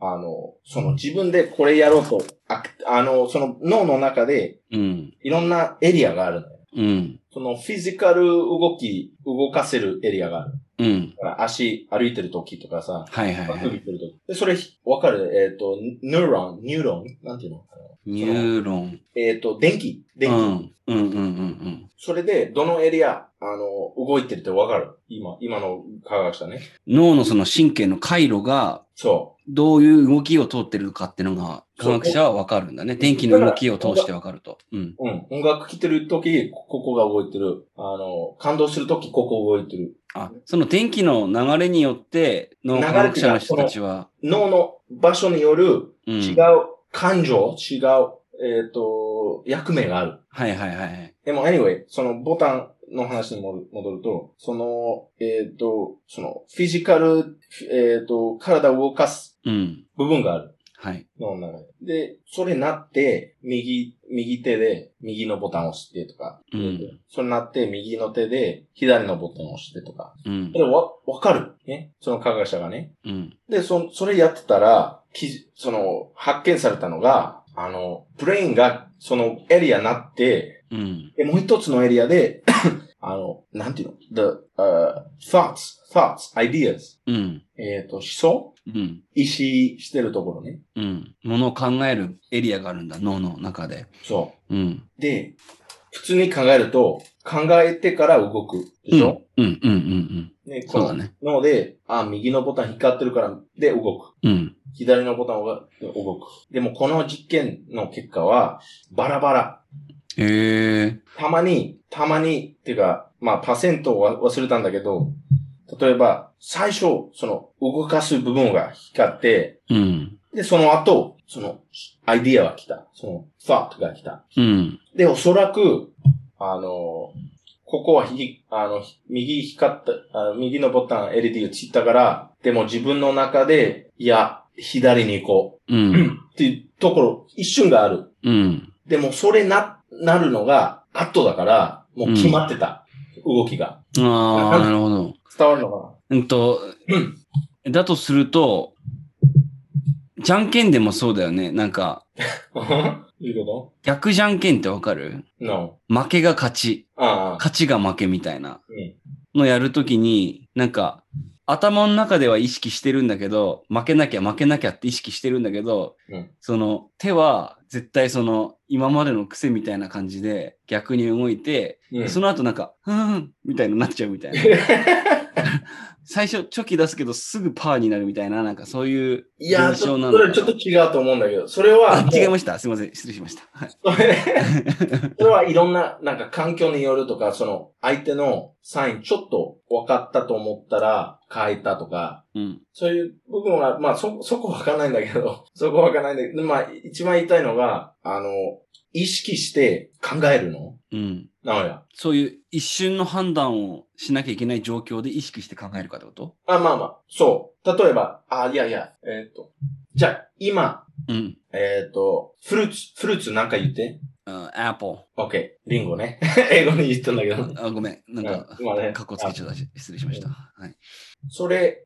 Speaker 2: あの、その自分でこれやろうと、ああの、その脳の中で
Speaker 1: うん。
Speaker 2: いろんなエリアがあるのよ。
Speaker 1: うん。
Speaker 2: そのフィジカル動き、動かせるエリアがある。
Speaker 1: うん。
Speaker 2: だから足歩いてる時とかさ、
Speaker 1: はいはいは
Speaker 2: 歩い
Speaker 1: い。
Speaker 2: てる時。で、それ、わかるえっ、と、ニューロン、ニューロンなんていうの
Speaker 1: ニューロン。
Speaker 2: えっ、と、電気
Speaker 1: う
Speaker 2: 電気、
Speaker 1: ん。うんうんうんうん。
Speaker 2: それで、どのエリア、あの、動いてるってわかる今、今の科学者ね。
Speaker 1: 脳のその神経の回路が
Speaker 2: そ
Speaker 1: どういう動きを通ってるかっていうのが科学者はわかるんだね。電気の動きを通してわかると。うん。
Speaker 2: う。うん。音楽聴いてるとき、ここが動いてる。あの、感動するとき、ここ動いてる。
Speaker 1: あ、その電気の流れによって脳科学者の人たちは、
Speaker 2: 脳の場所による
Speaker 1: う。
Speaker 2: 違うん感情、違う、えっ、と、役目がある。
Speaker 1: はいはいはいはい。
Speaker 2: でも、anyway、そのボタンの話に戻戻ると、その、えっ、と、その、フィジカル、えっ、と、体を動かす
Speaker 1: うん。
Speaker 2: 部分がある。
Speaker 1: はい。
Speaker 2: 脳の中で。で、それなって、右、右手で右のボタンを押してとか、
Speaker 1: うん。
Speaker 2: それなって右の手で左のボタンを押してとか、
Speaker 1: うん
Speaker 2: そ。れわ、わかるね。その科学者がね。
Speaker 1: うん。
Speaker 2: で、そ、それやってたら、き、その、発見されたのが、あの、ブレインが、そのエリアになって、
Speaker 1: うん。
Speaker 2: でもう一つのエリアで、 あの、なんていうの ?the, uh, thoughts, thoughts, ideas.
Speaker 1: うん。
Speaker 2: えっ、と、思想
Speaker 1: うん。
Speaker 2: 意思してるところね。
Speaker 1: うん。ものを考えるエリアがあるんだ、脳の中で。
Speaker 2: そ
Speaker 1: うん。
Speaker 2: う。で、普通に考えると、考えてから動く。でしょ、
Speaker 1: うんうんうんうん。
Speaker 2: ね、
Speaker 1: そうだ
Speaker 2: ね。
Speaker 1: ね。
Speaker 2: ので、あ、右のボタン光ってるから、で動く。
Speaker 1: うん。
Speaker 2: 左のボタンが動く。でも、この実験の結果は、バラバラ。
Speaker 1: へえ。
Speaker 2: たまに、たまに、っていうか、まあ、パーセントを忘れたんだけど、例えば、最初、その、動かす部分が光って、
Speaker 1: うん。
Speaker 2: で、その後、その、アイディアが来た。その、thought が来た。
Speaker 1: うん。
Speaker 2: で、おそらく、あの、ここはひ、あの、ひ右光った、あ右のボタン LED を散ったから、でも自分の中で、いや、左に行こ
Speaker 1: う
Speaker 2: う。
Speaker 1: ん。
Speaker 2: っていうところ、一瞬がある。
Speaker 1: うん。
Speaker 2: でも、それな、なるのが、後だから、もう決まってた。動きが。
Speaker 1: ああ、なるほど。
Speaker 2: 伝わるのか
Speaker 1: うんと、だとすると、じゃんけんでもそうだよね。なんか、
Speaker 2: な いうこ
Speaker 1: 逆じゃんけんってわかる
Speaker 2: と ?No.
Speaker 1: 負けが勝ち。
Speaker 2: ああ。
Speaker 1: 勝ちが負けみたいな
Speaker 2: うん
Speaker 1: のやるときに、なんか、頭の中では意識してるんだけど、負けなきゃ負けなきゃって意識してるんだけど、
Speaker 2: うん
Speaker 1: その手は絶対その今までの癖みたいな感じで逆に動いて、
Speaker 2: うん
Speaker 1: その後なんか、うーん、みたいになっちゃうみたい な。最初チョキ出すけどすぐパーになるみたいな、なんかそういう
Speaker 2: いや、
Speaker 1: 現
Speaker 2: ち
Speaker 1: 象
Speaker 2: ょ
Speaker 1: な
Speaker 2: っ
Speaker 1: の
Speaker 2: と
Speaker 1: か
Speaker 2: それ
Speaker 1: な
Speaker 2: ちょっと違うと思うんだけど、それは、
Speaker 1: あ、違い
Speaker 2: もう
Speaker 1: ました。すいません。失礼しました。はい。
Speaker 2: それそれはいろんな、なんか環境によるとか、その、相手のサインちょっと分かったと思ったら変えたとか、
Speaker 1: うん。
Speaker 2: そういう部分は、まあ、そ、そこわかんないんだけど、 そこわかんないんだけど、まあ、一番言いたいのが、あの、意識して考えるの
Speaker 1: うん。
Speaker 2: なおや。
Speaker 1: そういう一瞬の判断をしなきゃいけない状況で意識して考えるかってこと
Speaker 2: あ、まあまあ、そう。例えば、あ、いやいや、えーっ、と、じゃあ、今、
Speaker 1: うん。
Speaker 2: えーっ、と、フルーツ、フルーツなんか言って。
Speaker 1: うん、アップ
Speaker 2: OK。リンゴね。 英語に言ったんだけど。
Speaker 1: ル。あ、ごめん。なん
Speaker 2: う
Speaker 1: か
Speaker 2: ん、今ね
Speaker 1: かっこつけちゃったし、失礼しました。はい。
Speaker 2: それ、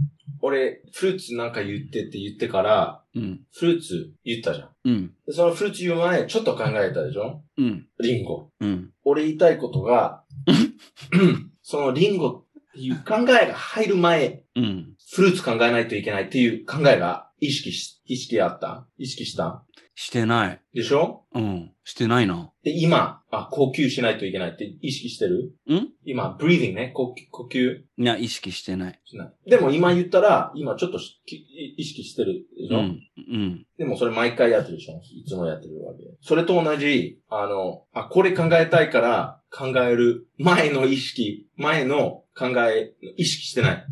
Speaker 2: 俺、フルーツなんか言ってって言ってから、
Speaker 1: うん。
Speaker 2: フルーツ言ったじゃん。
Speaker 1: うん。
Speaker 2: でそのフルーツ言う前、ちょっと考えたでしょ
Speaker 1: うん。
Speaker 2: リンゴ。
Speaker 1: うん。
Speaker 2: 俺言いたいことが、 そのリンゴっていう考えが入る前、
Speaker 1: うん。
Speaker 2: フルーツ考えないといけないっていう考えが意識し、意識あった意識した
Speaker 1: してない。
Speaker 2: でしょ
Speaker 1: うん。してないな。
Speaker 2: で、今、あ、呼吸しないといけないって意識してる
Speaker 1: ん
Speaker 2: 今、breathing ね、呼吸、呼吸
Speaker 1: いや、意識してない。
Speaker 2: しない。でも今言ったら、今ちょっとしき意識してるでし
Speaker 1: う
Speaker 2: ょ、
Speaker 1: ん。うん。
Speaker 2: でもそれ毎回やってるでしょいつもやってるわけ。それと同じ、あの、あ、これ考えたいから考える前の意識、前の考え、意識してない。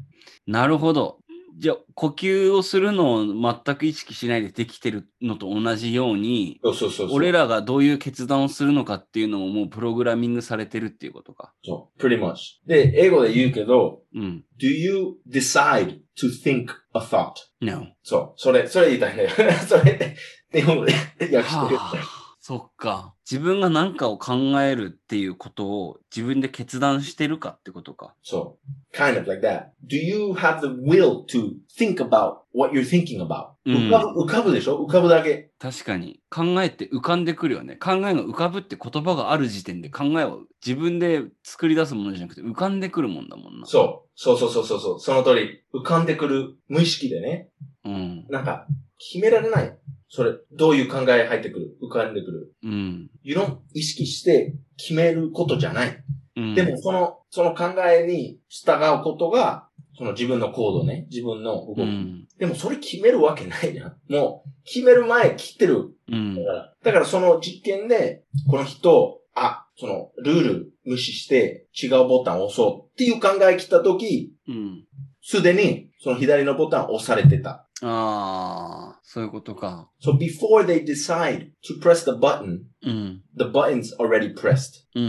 Speaker 1: なるほど。じゃあ、呼吸をするのを全く意識しないでできてるのと同じように、
Speaker 2: そうそうそうそう。
Speaker 1: 俺らがどういう決断をするのかっていうのももうプログラミングされてるっていうことか。
Speaker 2: そう。pretty much. で、英語で言うけど、
Speaker 1: うん。
Speaker 2: do you decide to think a thought?
Speaker 1: No.
Speaker 2: そう。それ、それ言いたいんだよ。 それ、日本語で訳してる。
Speaker 1: はあ、そっか。自分が何かを考えるっていうことを自分で決断してるかってことか。
Speaker 2: So, kind of like that. Do you have the will to think about what you're thinking about?
Speaker 1: うん
Speaker 2: 浮かぶ、浮かぶでしょ浮かぶだけ。
Speaker 1: 確かに考えって浮かんでくるよね。考えが浮かぶって言葉がある時点で考えを自分で作り出すものじゃなくて浮かんでくるもんだもんな。
Speaker 2: そう。そうそうそうそうそう。その通り。浮かんでくる無意識でね。
Speaker 1: う。うん。
Speaker 2: なんか、決められない。それ、どういう考え入ってくる浮かんでくる。
Speaker 1: うん。
Speaker 2: you don't 意識して決めることじゃない。
Speaker 1: うん
Speaker 2: でも、、その、その考えに従うことが、その自分の行動ね、自分の動き。
Speaker 1: うん。
Speaker 2: でも、それ決めるわけないじゃん。もう、決める前切ってる
Speaker 1: うん
Speaker 2: だ。から、だからその実験で、この人、あ、その、ルール無視して違うボタンを押そうっていう考え来た時、
Speaker 1: うん。
Speaker 2: すでにその左のボタンを押されてた。
Speaker 1: ああ、そういうことか。
Speaker 2: So before they decide to press the button,
Speaker 1: うん。
Speaker 2: the button's already pressed.
Speaker 1: うんうん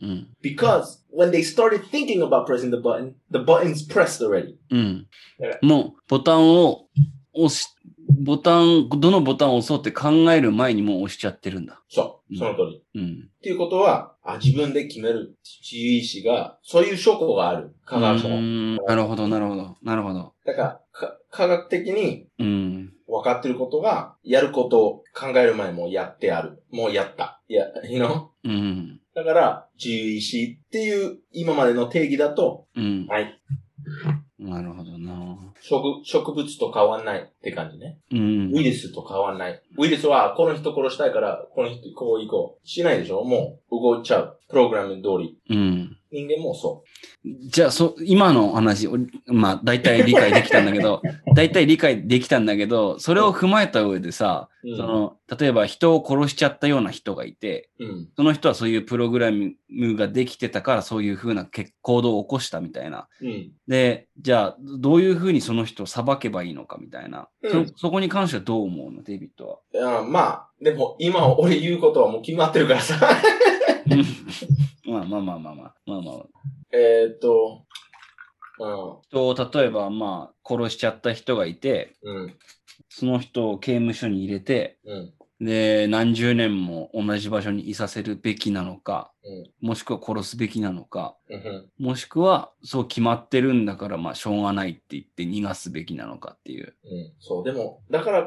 Speaker 1: うん
Speaker 2: Because when they started thinking about pressing the button, the button's pressed already.
Speaker 1: うん。
Speaker 2: だか
Speaker 1: うん。もう、ボタンを押し、ボタン、どのボタンを押そうって考える前にもう押しちゃってるんだ。
Speaker 2: そう、
Speaker 1: うん
Speaker 2: その通り。
Speaker 1: うん。
Speaker 2: っていうことは、あ、自分で決める自由意志が、そういう証拠がある。科学者
Speaker 1: うー
Speaker 2: も。
Speaker 1: んなるほど、なるほど、なるほど。
Speaker 2: だから、か科学的に
Speaker 1: うん。
Speaker 2: 分かってることが、やることを考える前もやってある。もうやった。いや、you know?
Speaker 1: うん。
Speaker 2: だから、自由意志っていう今までの定義だと、
Speaker 1: うん。
Speaker 2: はい。
Speaker 1: なるほどな。
Speaker 2: 植植物と変わんないって感じね。
Speaker 1: うん
Speaker 2: ウ。イルスと変わんない。ウイルスは、この人殺したいから、この人こう行こう。しないでしょもう、動いちゃう。プログラム通り。
Speaker 1: うん。
Speaker 2: 人間もそ
Speaker 1: じゃあ、そ、今の話、おまあ、大体理解できたんだけ ど、大体理解できたんだけど、それを踏まえた上でさ、
Speaker 2: う。うん、
Speaker 1: その、例えば人を殺しちゃったような人がいて、
Speaker 2: うん。
Speaker 1: その人はそういうプログラムができてたから、そういうふうなけ行動を起こしたみたいな。
Speaker 2: うん。
Speaker 1: で、じゃあ、どういうふうにその人を裁けばいいのかみたいな。
Speaker 2: うん
Speaker 1: そそこに関してはどう思うの、デイビッドは。
Speaker 2: いやまあ、でも、今俺言うことはもう決まってるからさ。
Speaker 1: まあまあまあまあまあ、まあまあ。
Speaker 2: えーっと、う
Speaker 1: 人を例えば、まあ、殺しちゃった人がいて、
Speaker 2: ん。うん。
Speaker 1: その人を刑務所に入れて、
Speaker 2: うん。
Speaker 1: で、何十年も同じ場所にいさせるべきなのか、もしくは殺すべきなのか、
Speaker 2: うん。うん。
Speaker 1: もしくは、そう決まってるんだから、まあ、しょうがないって言って逃がすべきなのかっていう。
Speaker 2: うん、そう、でも、だから、うん、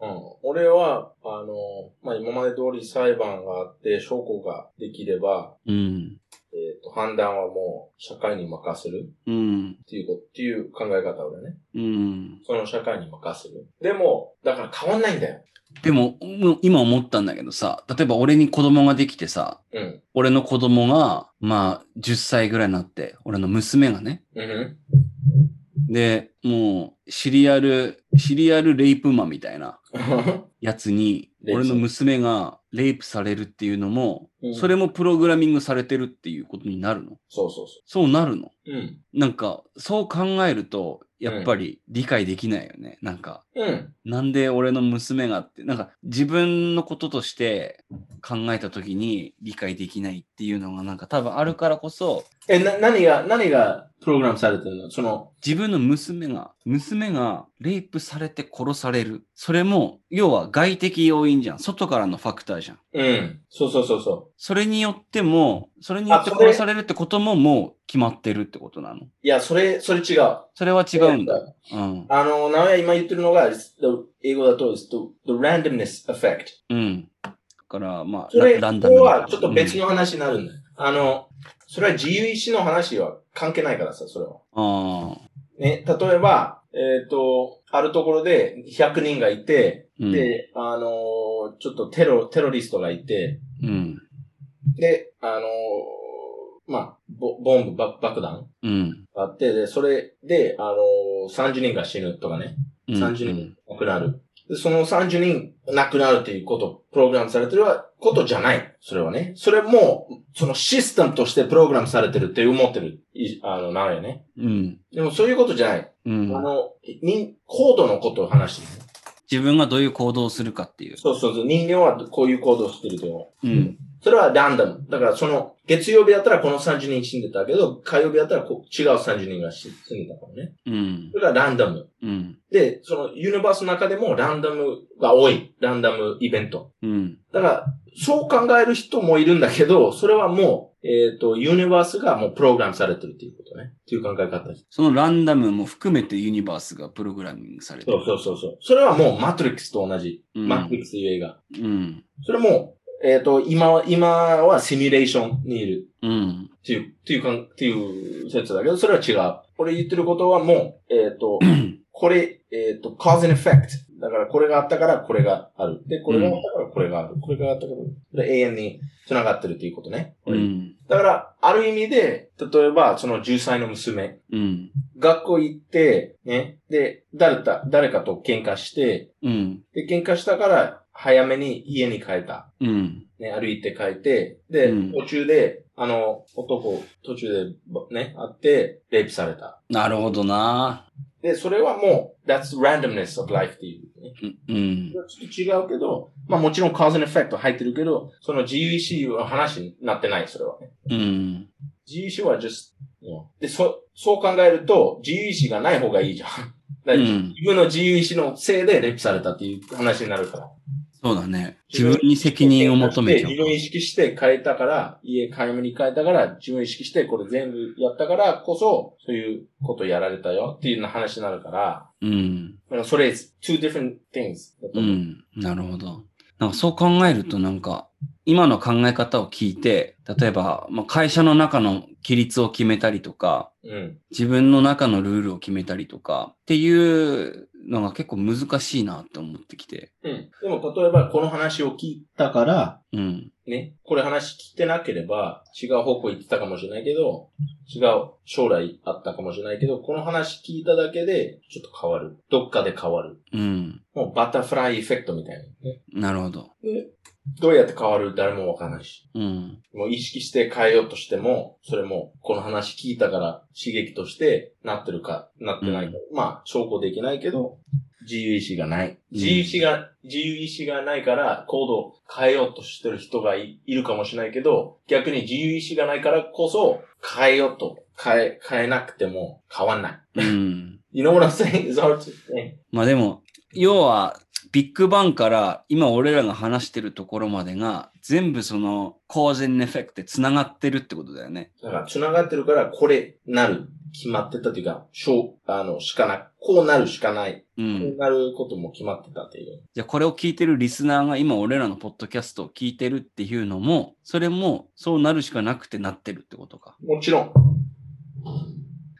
Speaker 2: うん、俺は、あの、まあ、今まで通り裁判があって、証拠ができれば、
Speaker 1: うん。
Speaker 2: えっ、と、判断はもう、社会に任せる
Speaker 1: うん。
Speaker 2: っていうこと、っていう考え方俺ね。
Speaker 1: うん。
Speaker 2: その社会に任せる。でも、だから変わんないんだよ。
Speaker 1: でも、もう今思ったんだけどさ、例えば俺に子供ができてさ、
Speaker 2: うん。
Speaker 1: 俺の子供が、まあ、10歳ぐらいになって、俺の娘がね、
Speaker 2: うん。
Speaker 1: で、もう、シリアル、シリアルレイプマンみたいなやつに、
Speaker 2: レイプ
Speaker 1: 俺の娘がレイプされるっていうのも、
Speaker 2: うん
Speaker 1: それもプログラミングされてるっていうことになるの
Speaker 2: そうそうそ
Speaker 1: そうなるの
Speaker 2: う。うん。
Speaker 1: なんか、そう考えると、やっぱり理解できないよね。なんか、
Speaker 2: うん。
Speaker 1: なんで俺の娘がって、なんか自分のこととして考えた時に理解できないっていうのがなんか多分あるからこそ、
Speaker 2: え、な、何が、何がプログラムされてるのその、
Speaker 1: 自分の娘が、娘がレイプされて殺される。それも、要は外的要因じゃん。外からのファクターじゃん。
Speaker 2: うん。そうそうそうそ
Speaker 1: それによっても、それによって
Speaker 2: あそれ
Speaker 1: 殺されるってことももう決まってるってことなの
Speaker 2: う。いや、それ、それ違う。
Speaker 1: それは違うんだ。。うん。
Speaker 2: あの、名前今言ってるのが、it's the- 英語だと、it's the, the randomness effect。
Speaker 1: うん。だから、まあ、
Speaker 2: それ、
Speaker 1: ラランダ
Speaker 2: こ
Speaker 1: ムな
Speaker 2: れはちょっと別の話になるんだよ。あの、それは自由意志の話は関係ないからさ、それは。
Speaker 1: うんああ。
Speaker 2: ね、例えば、えっ、と、あるところで100人がいて、
Speaker 1: うん。
Speaker 2: で、あのー、ちょっとテロ、テロリストがいて、
Speaker 1: うん。
Speaker 2: で、あのー、まあ、ボボンブば爆弾
Speaker 1: うん。
Speaker 2: があって、で、それで、あのー、30人が死ぬとかね。
Speaker 1: うん
Speaker 2: 30人亡くなる。でその30人亡くなるっていうこと、プログラムされてることじゃない。それはね。それも、そのシステムとしてプログラムされてるって思ってる、いあの、なるよね。
Speaker 1: うん。
Speaker 2: でもそういうことじゃない。
Speaker 1: うん
Speaker 2: あの、人、行動のことを話してる。
Speaker 1: 自分がどういう行動をするかっていう。
Speaker 2: そうそうそう。人間はこういう行動をしてると思う。
Speaker 1: うん。
Speaker 2: それはランダム。だからその、月曜日だったらこの30人死んでたけど、火曜日だったらこう違う30人が死死んでたからね。
Speaker 1: うん
Speaker 2: そ。れはランダム。
Speaker 1: うん。
Speaker 2: で、そのユニバースの中でもランダムが多い。ランダムイベント。
Speaker 1: うん。
Speaker 2: だから、そう考える人もいるんだけど、それはもう、えっ、と、ユニバースがもうプログラムされてるっていうことね。っていう考え方です。
Speaker 1: そのランダムも含めてユニバースがプログラミングされて
Speaker 2: そ
Speaker 1: る。
Speaker 2: うそうそうそう。それはもうマトリックスと同じ。
Speaker 1: うん
Speaker 2: マトリックスという映画。
Speaker 1: うん。
Speaker 2: それも、えっ、と、今は、今はシミュレーションにいる。
Speaker 1: うん。
Speaker 2: っていう、っていうかん、っていう説だけど、それは違う。俺言ってることはもう、えっ、と、これ、えっ、と、cause and effect だだからこれがあったからこれがある。で、これがあったからこれがある。これがあったから、これ永遠に繋がってるということね。
Speaker 1: うん。
Speaker 2: だから、ある意味で、例えば、その10歳の娘、
Speaker 1: うん。
Speaker 2: 学校行って、ね、で、誰か、誰かと喧嘩して、
Speaker 1: うん。
Speaker 2: で、喧嘩したから、早めに家に帰った。
Speaker 1: うん。
Speaker 2: ね、歩いて帰って、で、
Speaker 1: うん
Speaker 2: 途中で、あの、男、途中で、ばね、会って、レイプされた。
Speaker 1: なるほどな。
Speaker 2: で、それはもう、that's randomness of life っていう、ね。
Speaker 1: うんうん
Speaker 2: ち。ょっと違うけど、まあもちろん cause and effect は入ってるけど、その自由意志は話になってない、それはね。
Speaker 1: うん。
Speaker 2: 自由意志は just, you know で、そ、そう考えると、自由意志がない方がいいじゃん。 だ
Speaker 1: う
Speaker 2: から
Speaker 1: ん。
Speaker 2: 自分の自由意志のせいでレイプされたっていう話になるから。
Speaker 1: そうだね。自分に責任を求めちゃう
Speaker 2: 自。分を意識して変えたから、家買い物に変えたから、自分を意識してこれ全部やったからこそ、そういうことやられたよっていうような話になるから、
Speaker 1: うん。
Speaker 2: だからそれ、it's two different things だと
Speaker 1: う
Speaker 2: 思う。
Speaker 1: ん。なるほど。なんかそう考えるとなんか、今の考え方を聞いて、例えば、まあ、会社の中の規律を決めたりとか、
Speaker 2: うん。
Speaker 1: 自分の中のルールを決めたりとかっていうのが結構難しいなって思ってきて。
Speaker 2: うん。でも、例えばこの話を聞いたから、
Speaker 1: うん。
Speaker 2: ね、これ話聞いてなければ、違う方向行ってたかもしれないけど、違う将来あったかもしれないけど、この話聞いただけで、ちょっと変わる。どっかで変わる。
Speaker 1: うん。
Speaker 2: もうバタフライエフェクトみたいな。ね
Speaker 1: なるほど。
Speaker 2: どうやって変わる誰もわからないし。
Speaker 1: うん。
Speaker 2: もう意識して変えようとしても、それも、この話聞いたから刺激としてなってるか、なってないか。まあ、証拠できないけど、自由意志がない。自由意志が、自由意志がないから、行動を変えようとしてる人がいいるかもしれないけど、逆に自由意志がないからこそ、変えようと、変え、変えなくても変わんない。
Speaker 1: うん。
Speaker 2: You know what I'm saying? It's hard to explain.
Speaker 1: まあでも、要は、ビッグバンから今俺らが話してるところまでが全部その cause and effect で繋がってるってことだよね。
Speaker 2: だから、繋がってるから、これ、なる。決まってたというか、しょう、あの、しかな、こうなるしかない。
Speaker 1: う。
Speaker 2: こうんなることも決まってたっていう。
Speaker 1: じゃあこれを聞いてるリスナーが今俺らのポッドキャストを聞いてるっていうのも、それもそうなるしかなくてなってるってことか。
Speaker 2: もちろん。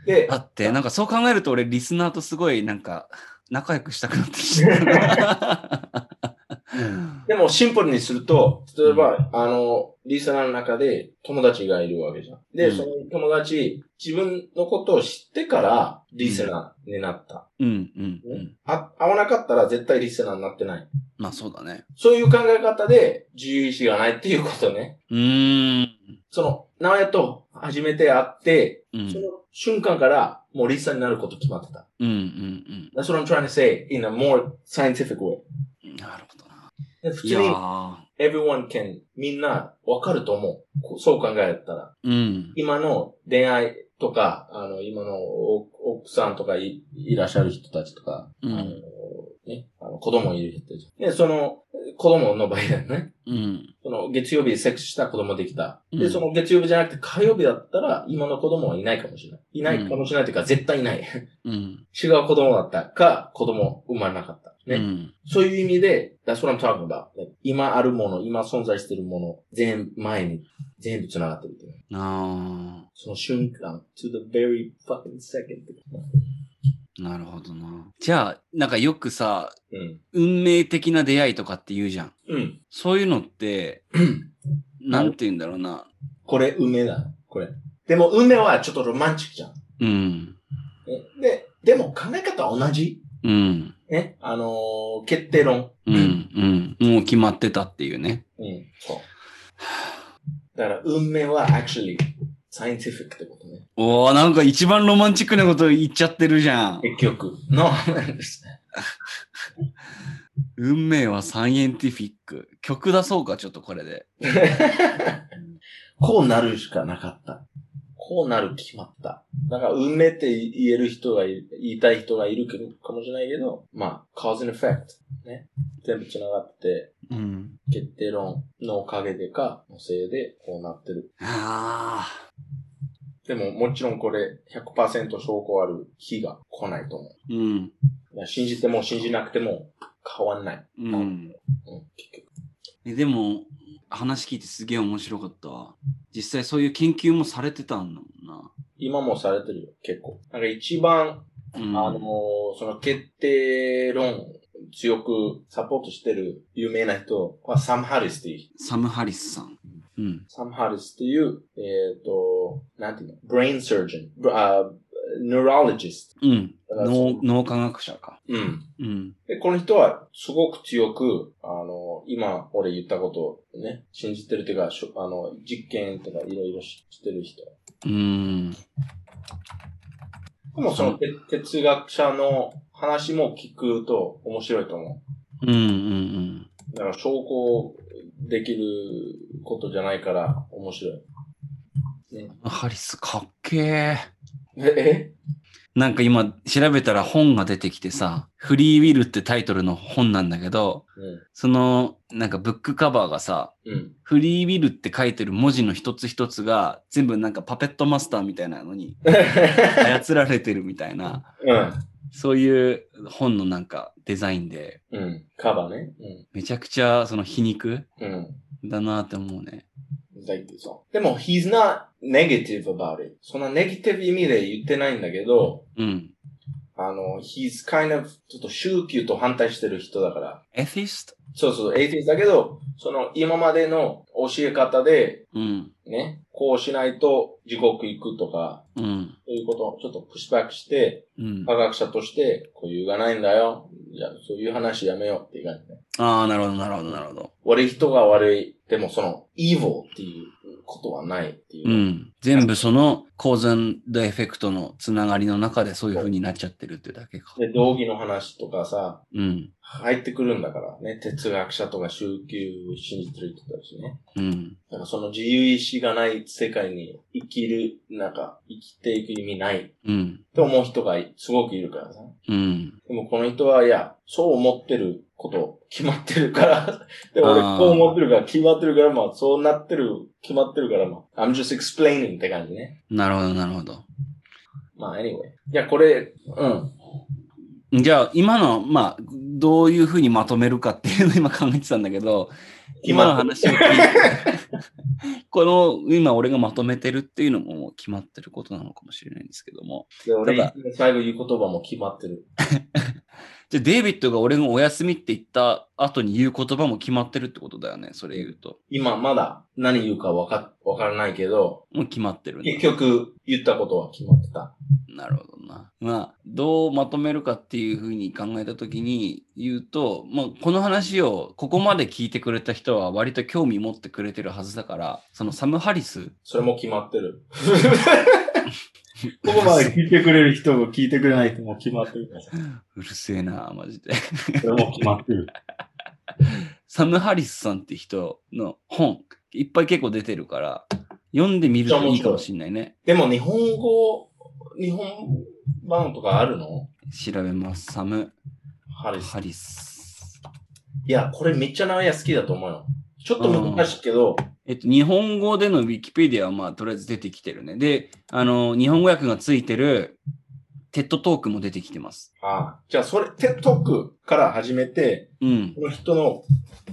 Speaker 2: で
Speaker 1: だ、って、なんかそう考えると俺、リスナーとすごい、なんか、仲良くしたくなってきた。
Speaker 2: でもシンプルにすると、例えば、あの、リスナーの中で友達がいるわけじゃん。で、
Speaker 1: うん
Speaker 2: その友達、自分のことを知ってからリスナーになった。
Speaker 1: うん、うん、うん。
Speaker 2: あ、会わなかったら絶対リスナーになってない。
Speaker 1: まあそうだね。
Speaker 2: そういう考え方で自由意志がないっていうことね。
Speaker 1: うーん。
Speaker 2: その、直哉と初めて会って、
Speaker 1: うん、うん
Speaker 2: その瞬間からもうリスナーになること決まってた。
Speaker 1: うん、うん。
Speaker 2: That's what I'm trying to say in a more scientific way.
Speaker 1: なるほどな。
Speaker 2: で普
Speaker 1: い
Speaker 2: 通
Speaker 1: や
Speaker 2: に
Speaker 1: ー
Speaker 2: everyone can みんなわかると思うこう。そう考えたら。
Speaker 1: うん、
Speaker 2: 今の恋愛とか、あの、今のお奥さんとかいいらっしゃる人たちとか、
Speaker 1: うん
Speaker 2: あの、ね、あの子供いる人たち。で、その、子供の場合だよね。
Speaker 1: うん、
Speaker 2: その、月曜日セックスした子供できた。
Speaker 1: う
Speaker 2: で、
Speaker 1: ん
Speaker 2: その月曜日じゃなくて火曜日だったら、今の子供はいないかもしれない。いないかもしれないというか、絶対いない。
Speaker 1: うん。
Speaker 2: 違う子供だったか、子供生まれなかった。ね。
Speaker 1: うん
Speaker 2: そういう意味で、that's what I'm talking about. Like, 今あるもの、今存在しているもの、全前に、全部繋がってるっていう。
Speaker 1: あ
Speaker 2: その瞬間、to the very fucking second.
Speaker 1: ーなるほどな。じゃあ、なんかよくさ、
Speaker 2: うん。
Speaker 1: 運命的な出会いとかって言うじゃん。
Speaker 2: うん。
Speaker 1: そういうのって、なんて言うんだろうな。
Speaker 2: これ、梅だ。これ。でも、梅はちょっとロマンチックじゃん。
Speaker 1: うん、
Speaker 2: ねで、でも考え方は同じ。
Speaker 1: うん、
Speaker 2: ね。あのー決定論。
Speaker 1: うん、うん。もう決まってたっていうね。
Speaker 2: うん。そう。だから、運命は actually scientific ってことね。
Speaker 1: おおなんか一番ロマンチックなこと言っちゃってるじゃん。
Speaker 2: 結局。の話ですね。
Speaker 1: 運命はサイエンティフィック。曲出そうか、ちょっとこれで。
Speaker 2: こうなるしかなかった。こうなる決まった。だから、運命って言える人がいる、言いたい人がいるかもしれないけど、まあ、cause and effect。ね。全部繋がって
Speaker 1: うん。
Speaker 2: て、決定論のおかげでか、のせいで、こうなってる。
Speaker 1: ああ。
Speaker 2: でも、もちろんこれ、100%証拠ある日が来ないと思
Speaker 1: う
Speaker 2: う。
Speaker 1: ん。
Speaker 2: だから信じても信じなくても変わんない。
Speaker 1: うん。
Speaker 2: うん、結局。
Speaker 1: えでも、話聞いてすげえ面白かったわ。実際そういう研究もされてたんだもんな。
Speaker 2: 今もされてるよ、結構。なんか一番
Speaker 1: うん、
Speaker 2: あのーその決定論、強くサポートしてる有名な人はサム・ハリスっていう人
Speaker 1: サム・ハリスさん。うん。
Speaker 2: サム・ハリスっていう、えっ、と、なんていうの、ブレイン・サージョン、ブあネロロジス
Speaker 1: うん。
Speaker 2: ト。だからそ
Speaker 1: 脳、脳科学者か。
Speaker 2: のうん。
Speaker 1: うん。
Speaker 2: で、この人はすごく強く、あの、今俺言ったことをね、信じてるっていうか、しょあの、実験とかいろいろししてる人。
Speaker 1: うーん。
Speaker 2: でもそのて哲学者の話も聞くと面白いと思
Speaker 1: うんうんうん。
Speaker 2: う。だから証拠できることじゃないから面白い。
Speaker 1: ハリスかっけえ。
Speaker 2: え、
Speaker 1: なんか今調べたら本が出てきてさ、フリーウィルってタイトルの本なんだけど、そのなんかブックカバーがさ、
Speaker 2: えうん。
Speaker 1: フリーウィルって書いてる文字の一つ一つが全部なんかパペットマスターみたいなのに操られてるみたいな、
Speaker 2: うん。
Speaker 1: そういう本のなんかデザインで、
Speaker 2: うん。カバーね。
Speaker 1: めちゃくちゃその皮肉
Speaker 2: うん。うん。
Speaker 1: だなって思うね。
Speaker 2: Like, そうでも、he's not negative about it. そんなネギティブ意味で言ってないんだけど、
Speaker 1: うん。
Speaker 2: あの、he's kind of ちょっと宗教と反対してる人だから。
Speaker 1: エフィスト
Speaker 2: そうそう、エイティスだけど、その今までの教え方で、
Speaker 1: うん。
Speaker 2: ね、こうしないと地獄行くとか、
Speaker 1: うん。
Speaker 2: そういうことをちょっとプッシュバックして、
Speaker 1: うん。
Speaker 2: 科学者として、こういうがないんだよ。いや、そういう話やめようっていう感じね。
Speaker 1: ああ、なるほど、なるほど、なるほど。
Speaker 2: 悪い人が悪い。でもその、evil っていうことはないっていう。
Speaker 1: うん。全部その構図とエフェクトのつながりの中でそういう風になっちゃってるってだけか。
Speaker 2: で、道義の話とかさ、
Speaker 1: うん。
Speaker 2: 入ってくるんだからね。哲学者とか宗教信じてる人たちね。
Speaker 1: うん。
Speaker 2: なんかその自由意志がない世界に生きる、なんか生きていく意味ない
Speaker 1: うん。
Speaker 2: と思う人がすごくいるからさ。
Speaker 1: うん。
Speaker 2: でもこの人は、いや、そう思ってること決まってる から、でも俺
Speaker 1: あー
Speaker 2: こう思ってるから決まってるから、まあそうなってる、決まってるから、まあ、I'm just explaining って感じね。
Speaker 1: なるほど、なるほど。
Speaker 2: まあ anyway。いや、これ、うん。
Speaker 1: じゃあ、今の、まあ、どういう風にまとめるかっていうのを今考えてたんだけど、今の話を聞いて、この、今俺がまとめてるっていうのももう決まってることなのかもしれないんですけども。
Speaker 2: で俺
Speaker 1: ただ
Speaker 2: 最後言う言葉も決まってる。
Speaker 1: じゃあ、デイビッドが俺がお休みって言った後に言う言葉も決まってるってことだよね、それ言うと。
Speaker 2: 今まだ何言うかわか、わからないけど、
Speaker 1: もう決まってるんだ
Speaker 2: 結局言ったことは決まってた。
Speaker 1: なるほどな。まあ、どうまとめるかっていうふうに考えたときに言うと、まあ、この話をここまで聞いてくれた人は割と興味持ってくれてるはずだから、そのサム・ハリス、
Speaker 2: それも決まってる。 ここまで聞いてくれる人も聞いてくれない人も決まってるからさ。
Speaker 1: うるせえな、マジで。
Speaker 2: それも決まってる。
Speaker 1: サム・ハリスさんって人の本、いっぱい結構出てるから、読んでみるといいかもしんないね。
Speaker 2: でも日本語、日本版とかあるの
Speaker 1: 調べます。サム・
Speaker 2: ハリス。
Speaker 1: ハリス。
Speaker 2: いや、これめっちゃ名前好きだと思うよ。ちょっと難しいけど、
Speaker 1: えっと、日本語でのウィキペディアは、まあ、とりあえず出てきてるね。で、あの、日本語訳がついてる、テッドトークも出てきてます。
Speaker 2: ああじゃあそれ、テッドクから始めて、
Speaker 1: うん、
Speaker 2: この人の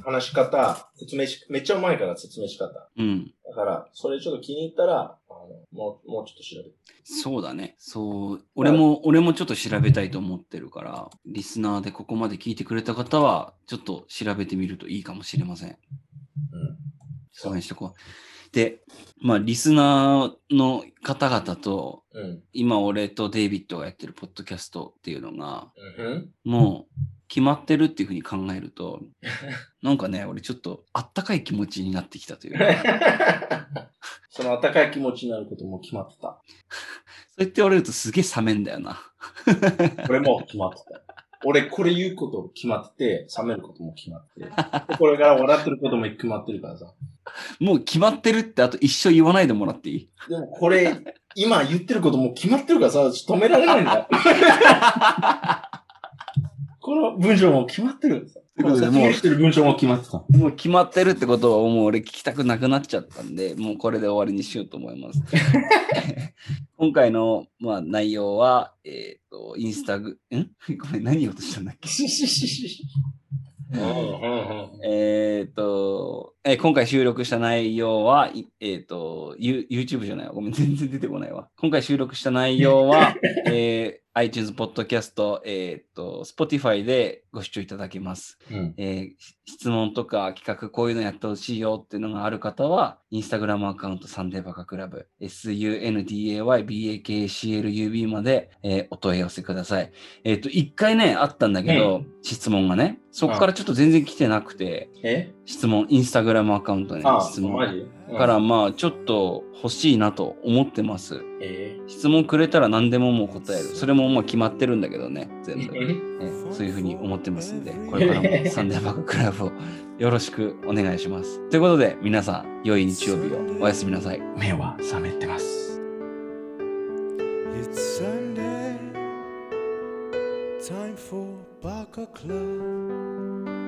Speaker 2: 話し方、説明し、めっちゃうまいから説明し方。
Speaker 1: うん。
Speaker 2: だから、それちょっと気に入ったら、あのもう、もうちょっと調べて。
Speaker 1: そうだね。そう。俺も、俺もちょっと調べたいと思ってるから、リスナーでここまで聞いてくれた方は、ちょっと調べてみるといいかもしれません。
Speaker 2: うん。
Speaker 1: そうにしとこう。で、まあ、リスナーの方々と、
Speaker 2: うん。
Speaker 1: 今、俺とデイビッドがやってるポッドキャストっていうのが、
Speaker 2: うん。
Speaker 1: もう決まってるっていうふうに考えると、なんかね、俺ちょっとあったかい気持ちになってきたというか、
Speaker 2: その温かい気持ちになることも決まってた。
Speaker 1: そうやって言われるとすげえ冷めんだよな。
Speaker 2: これも決まってた。俺、これ言うこと決まってて、冷めることも決まってて、これから笑ってることも決まってるからさ。
Speaker 1: もう決まってるってあと一生言わないでもらっていい
Speaker 2: でもこれ、今言ってることも決まってるからさ、止められないんだ よ。この文章も決まってるからさ。
Speaker 1: ということで
Speaker 2: この
Speaker 1: もう
Speaker 2: 説明してる文章も決まってた。
Speaker 1: もう決まってるってことはもう俺聞きたくなくなっちゃったんで、もうこれで終わりにしようと思います。今回の、まあ、内容は、えっ、と、インスタグ、 んこれ何言お うとしたんだっけ
Speaker 2: うんうんうん
Speaker 1: えっ、と、えー今回収録した内容は、いえっ、と、ユ YouTube じゃないわ。ごめん、全然出てこないわ。今回収録した内容は、えー iTunes Podcast、えっ、と、Spotify でご視聴いただけます。
Speaker 2: うん。
Speaker 1: えーし質問とか企画、こういうのやってほしいよっていうのがある方は、インスタグラムアカウントサンデーバカクラブ、sundaybakclub まで、えーお問い合わせください。えっ、と、一回ね、あったんだけど、質問がね、そこからちょっと全然来てなくて、
Speaker 2: え
Speaker 1: 質問、インスタグラムアカウントね
Speaker 2: あ、
Speaker 1: 質問。
Speaker 2: マジ
Speaker 1: だから、まあ、ちょっと欲しいなと思ってます。
Speaker 2: うんえ
Speaker 1: 質問くれたら何でももう答える。それもまあ決まってるんだけどね、全部。
Speaker 2: ー、
Speaker 1: えー そういうふうに思ってますんで、これからも サンデーバッククラブをよろしくお願いします。ということで、皆さん、良い日曜日をおやすみなさい。
Speaker 2: 目は覚めてます。
Speaker 3: It's Sunday, time for Baka Club.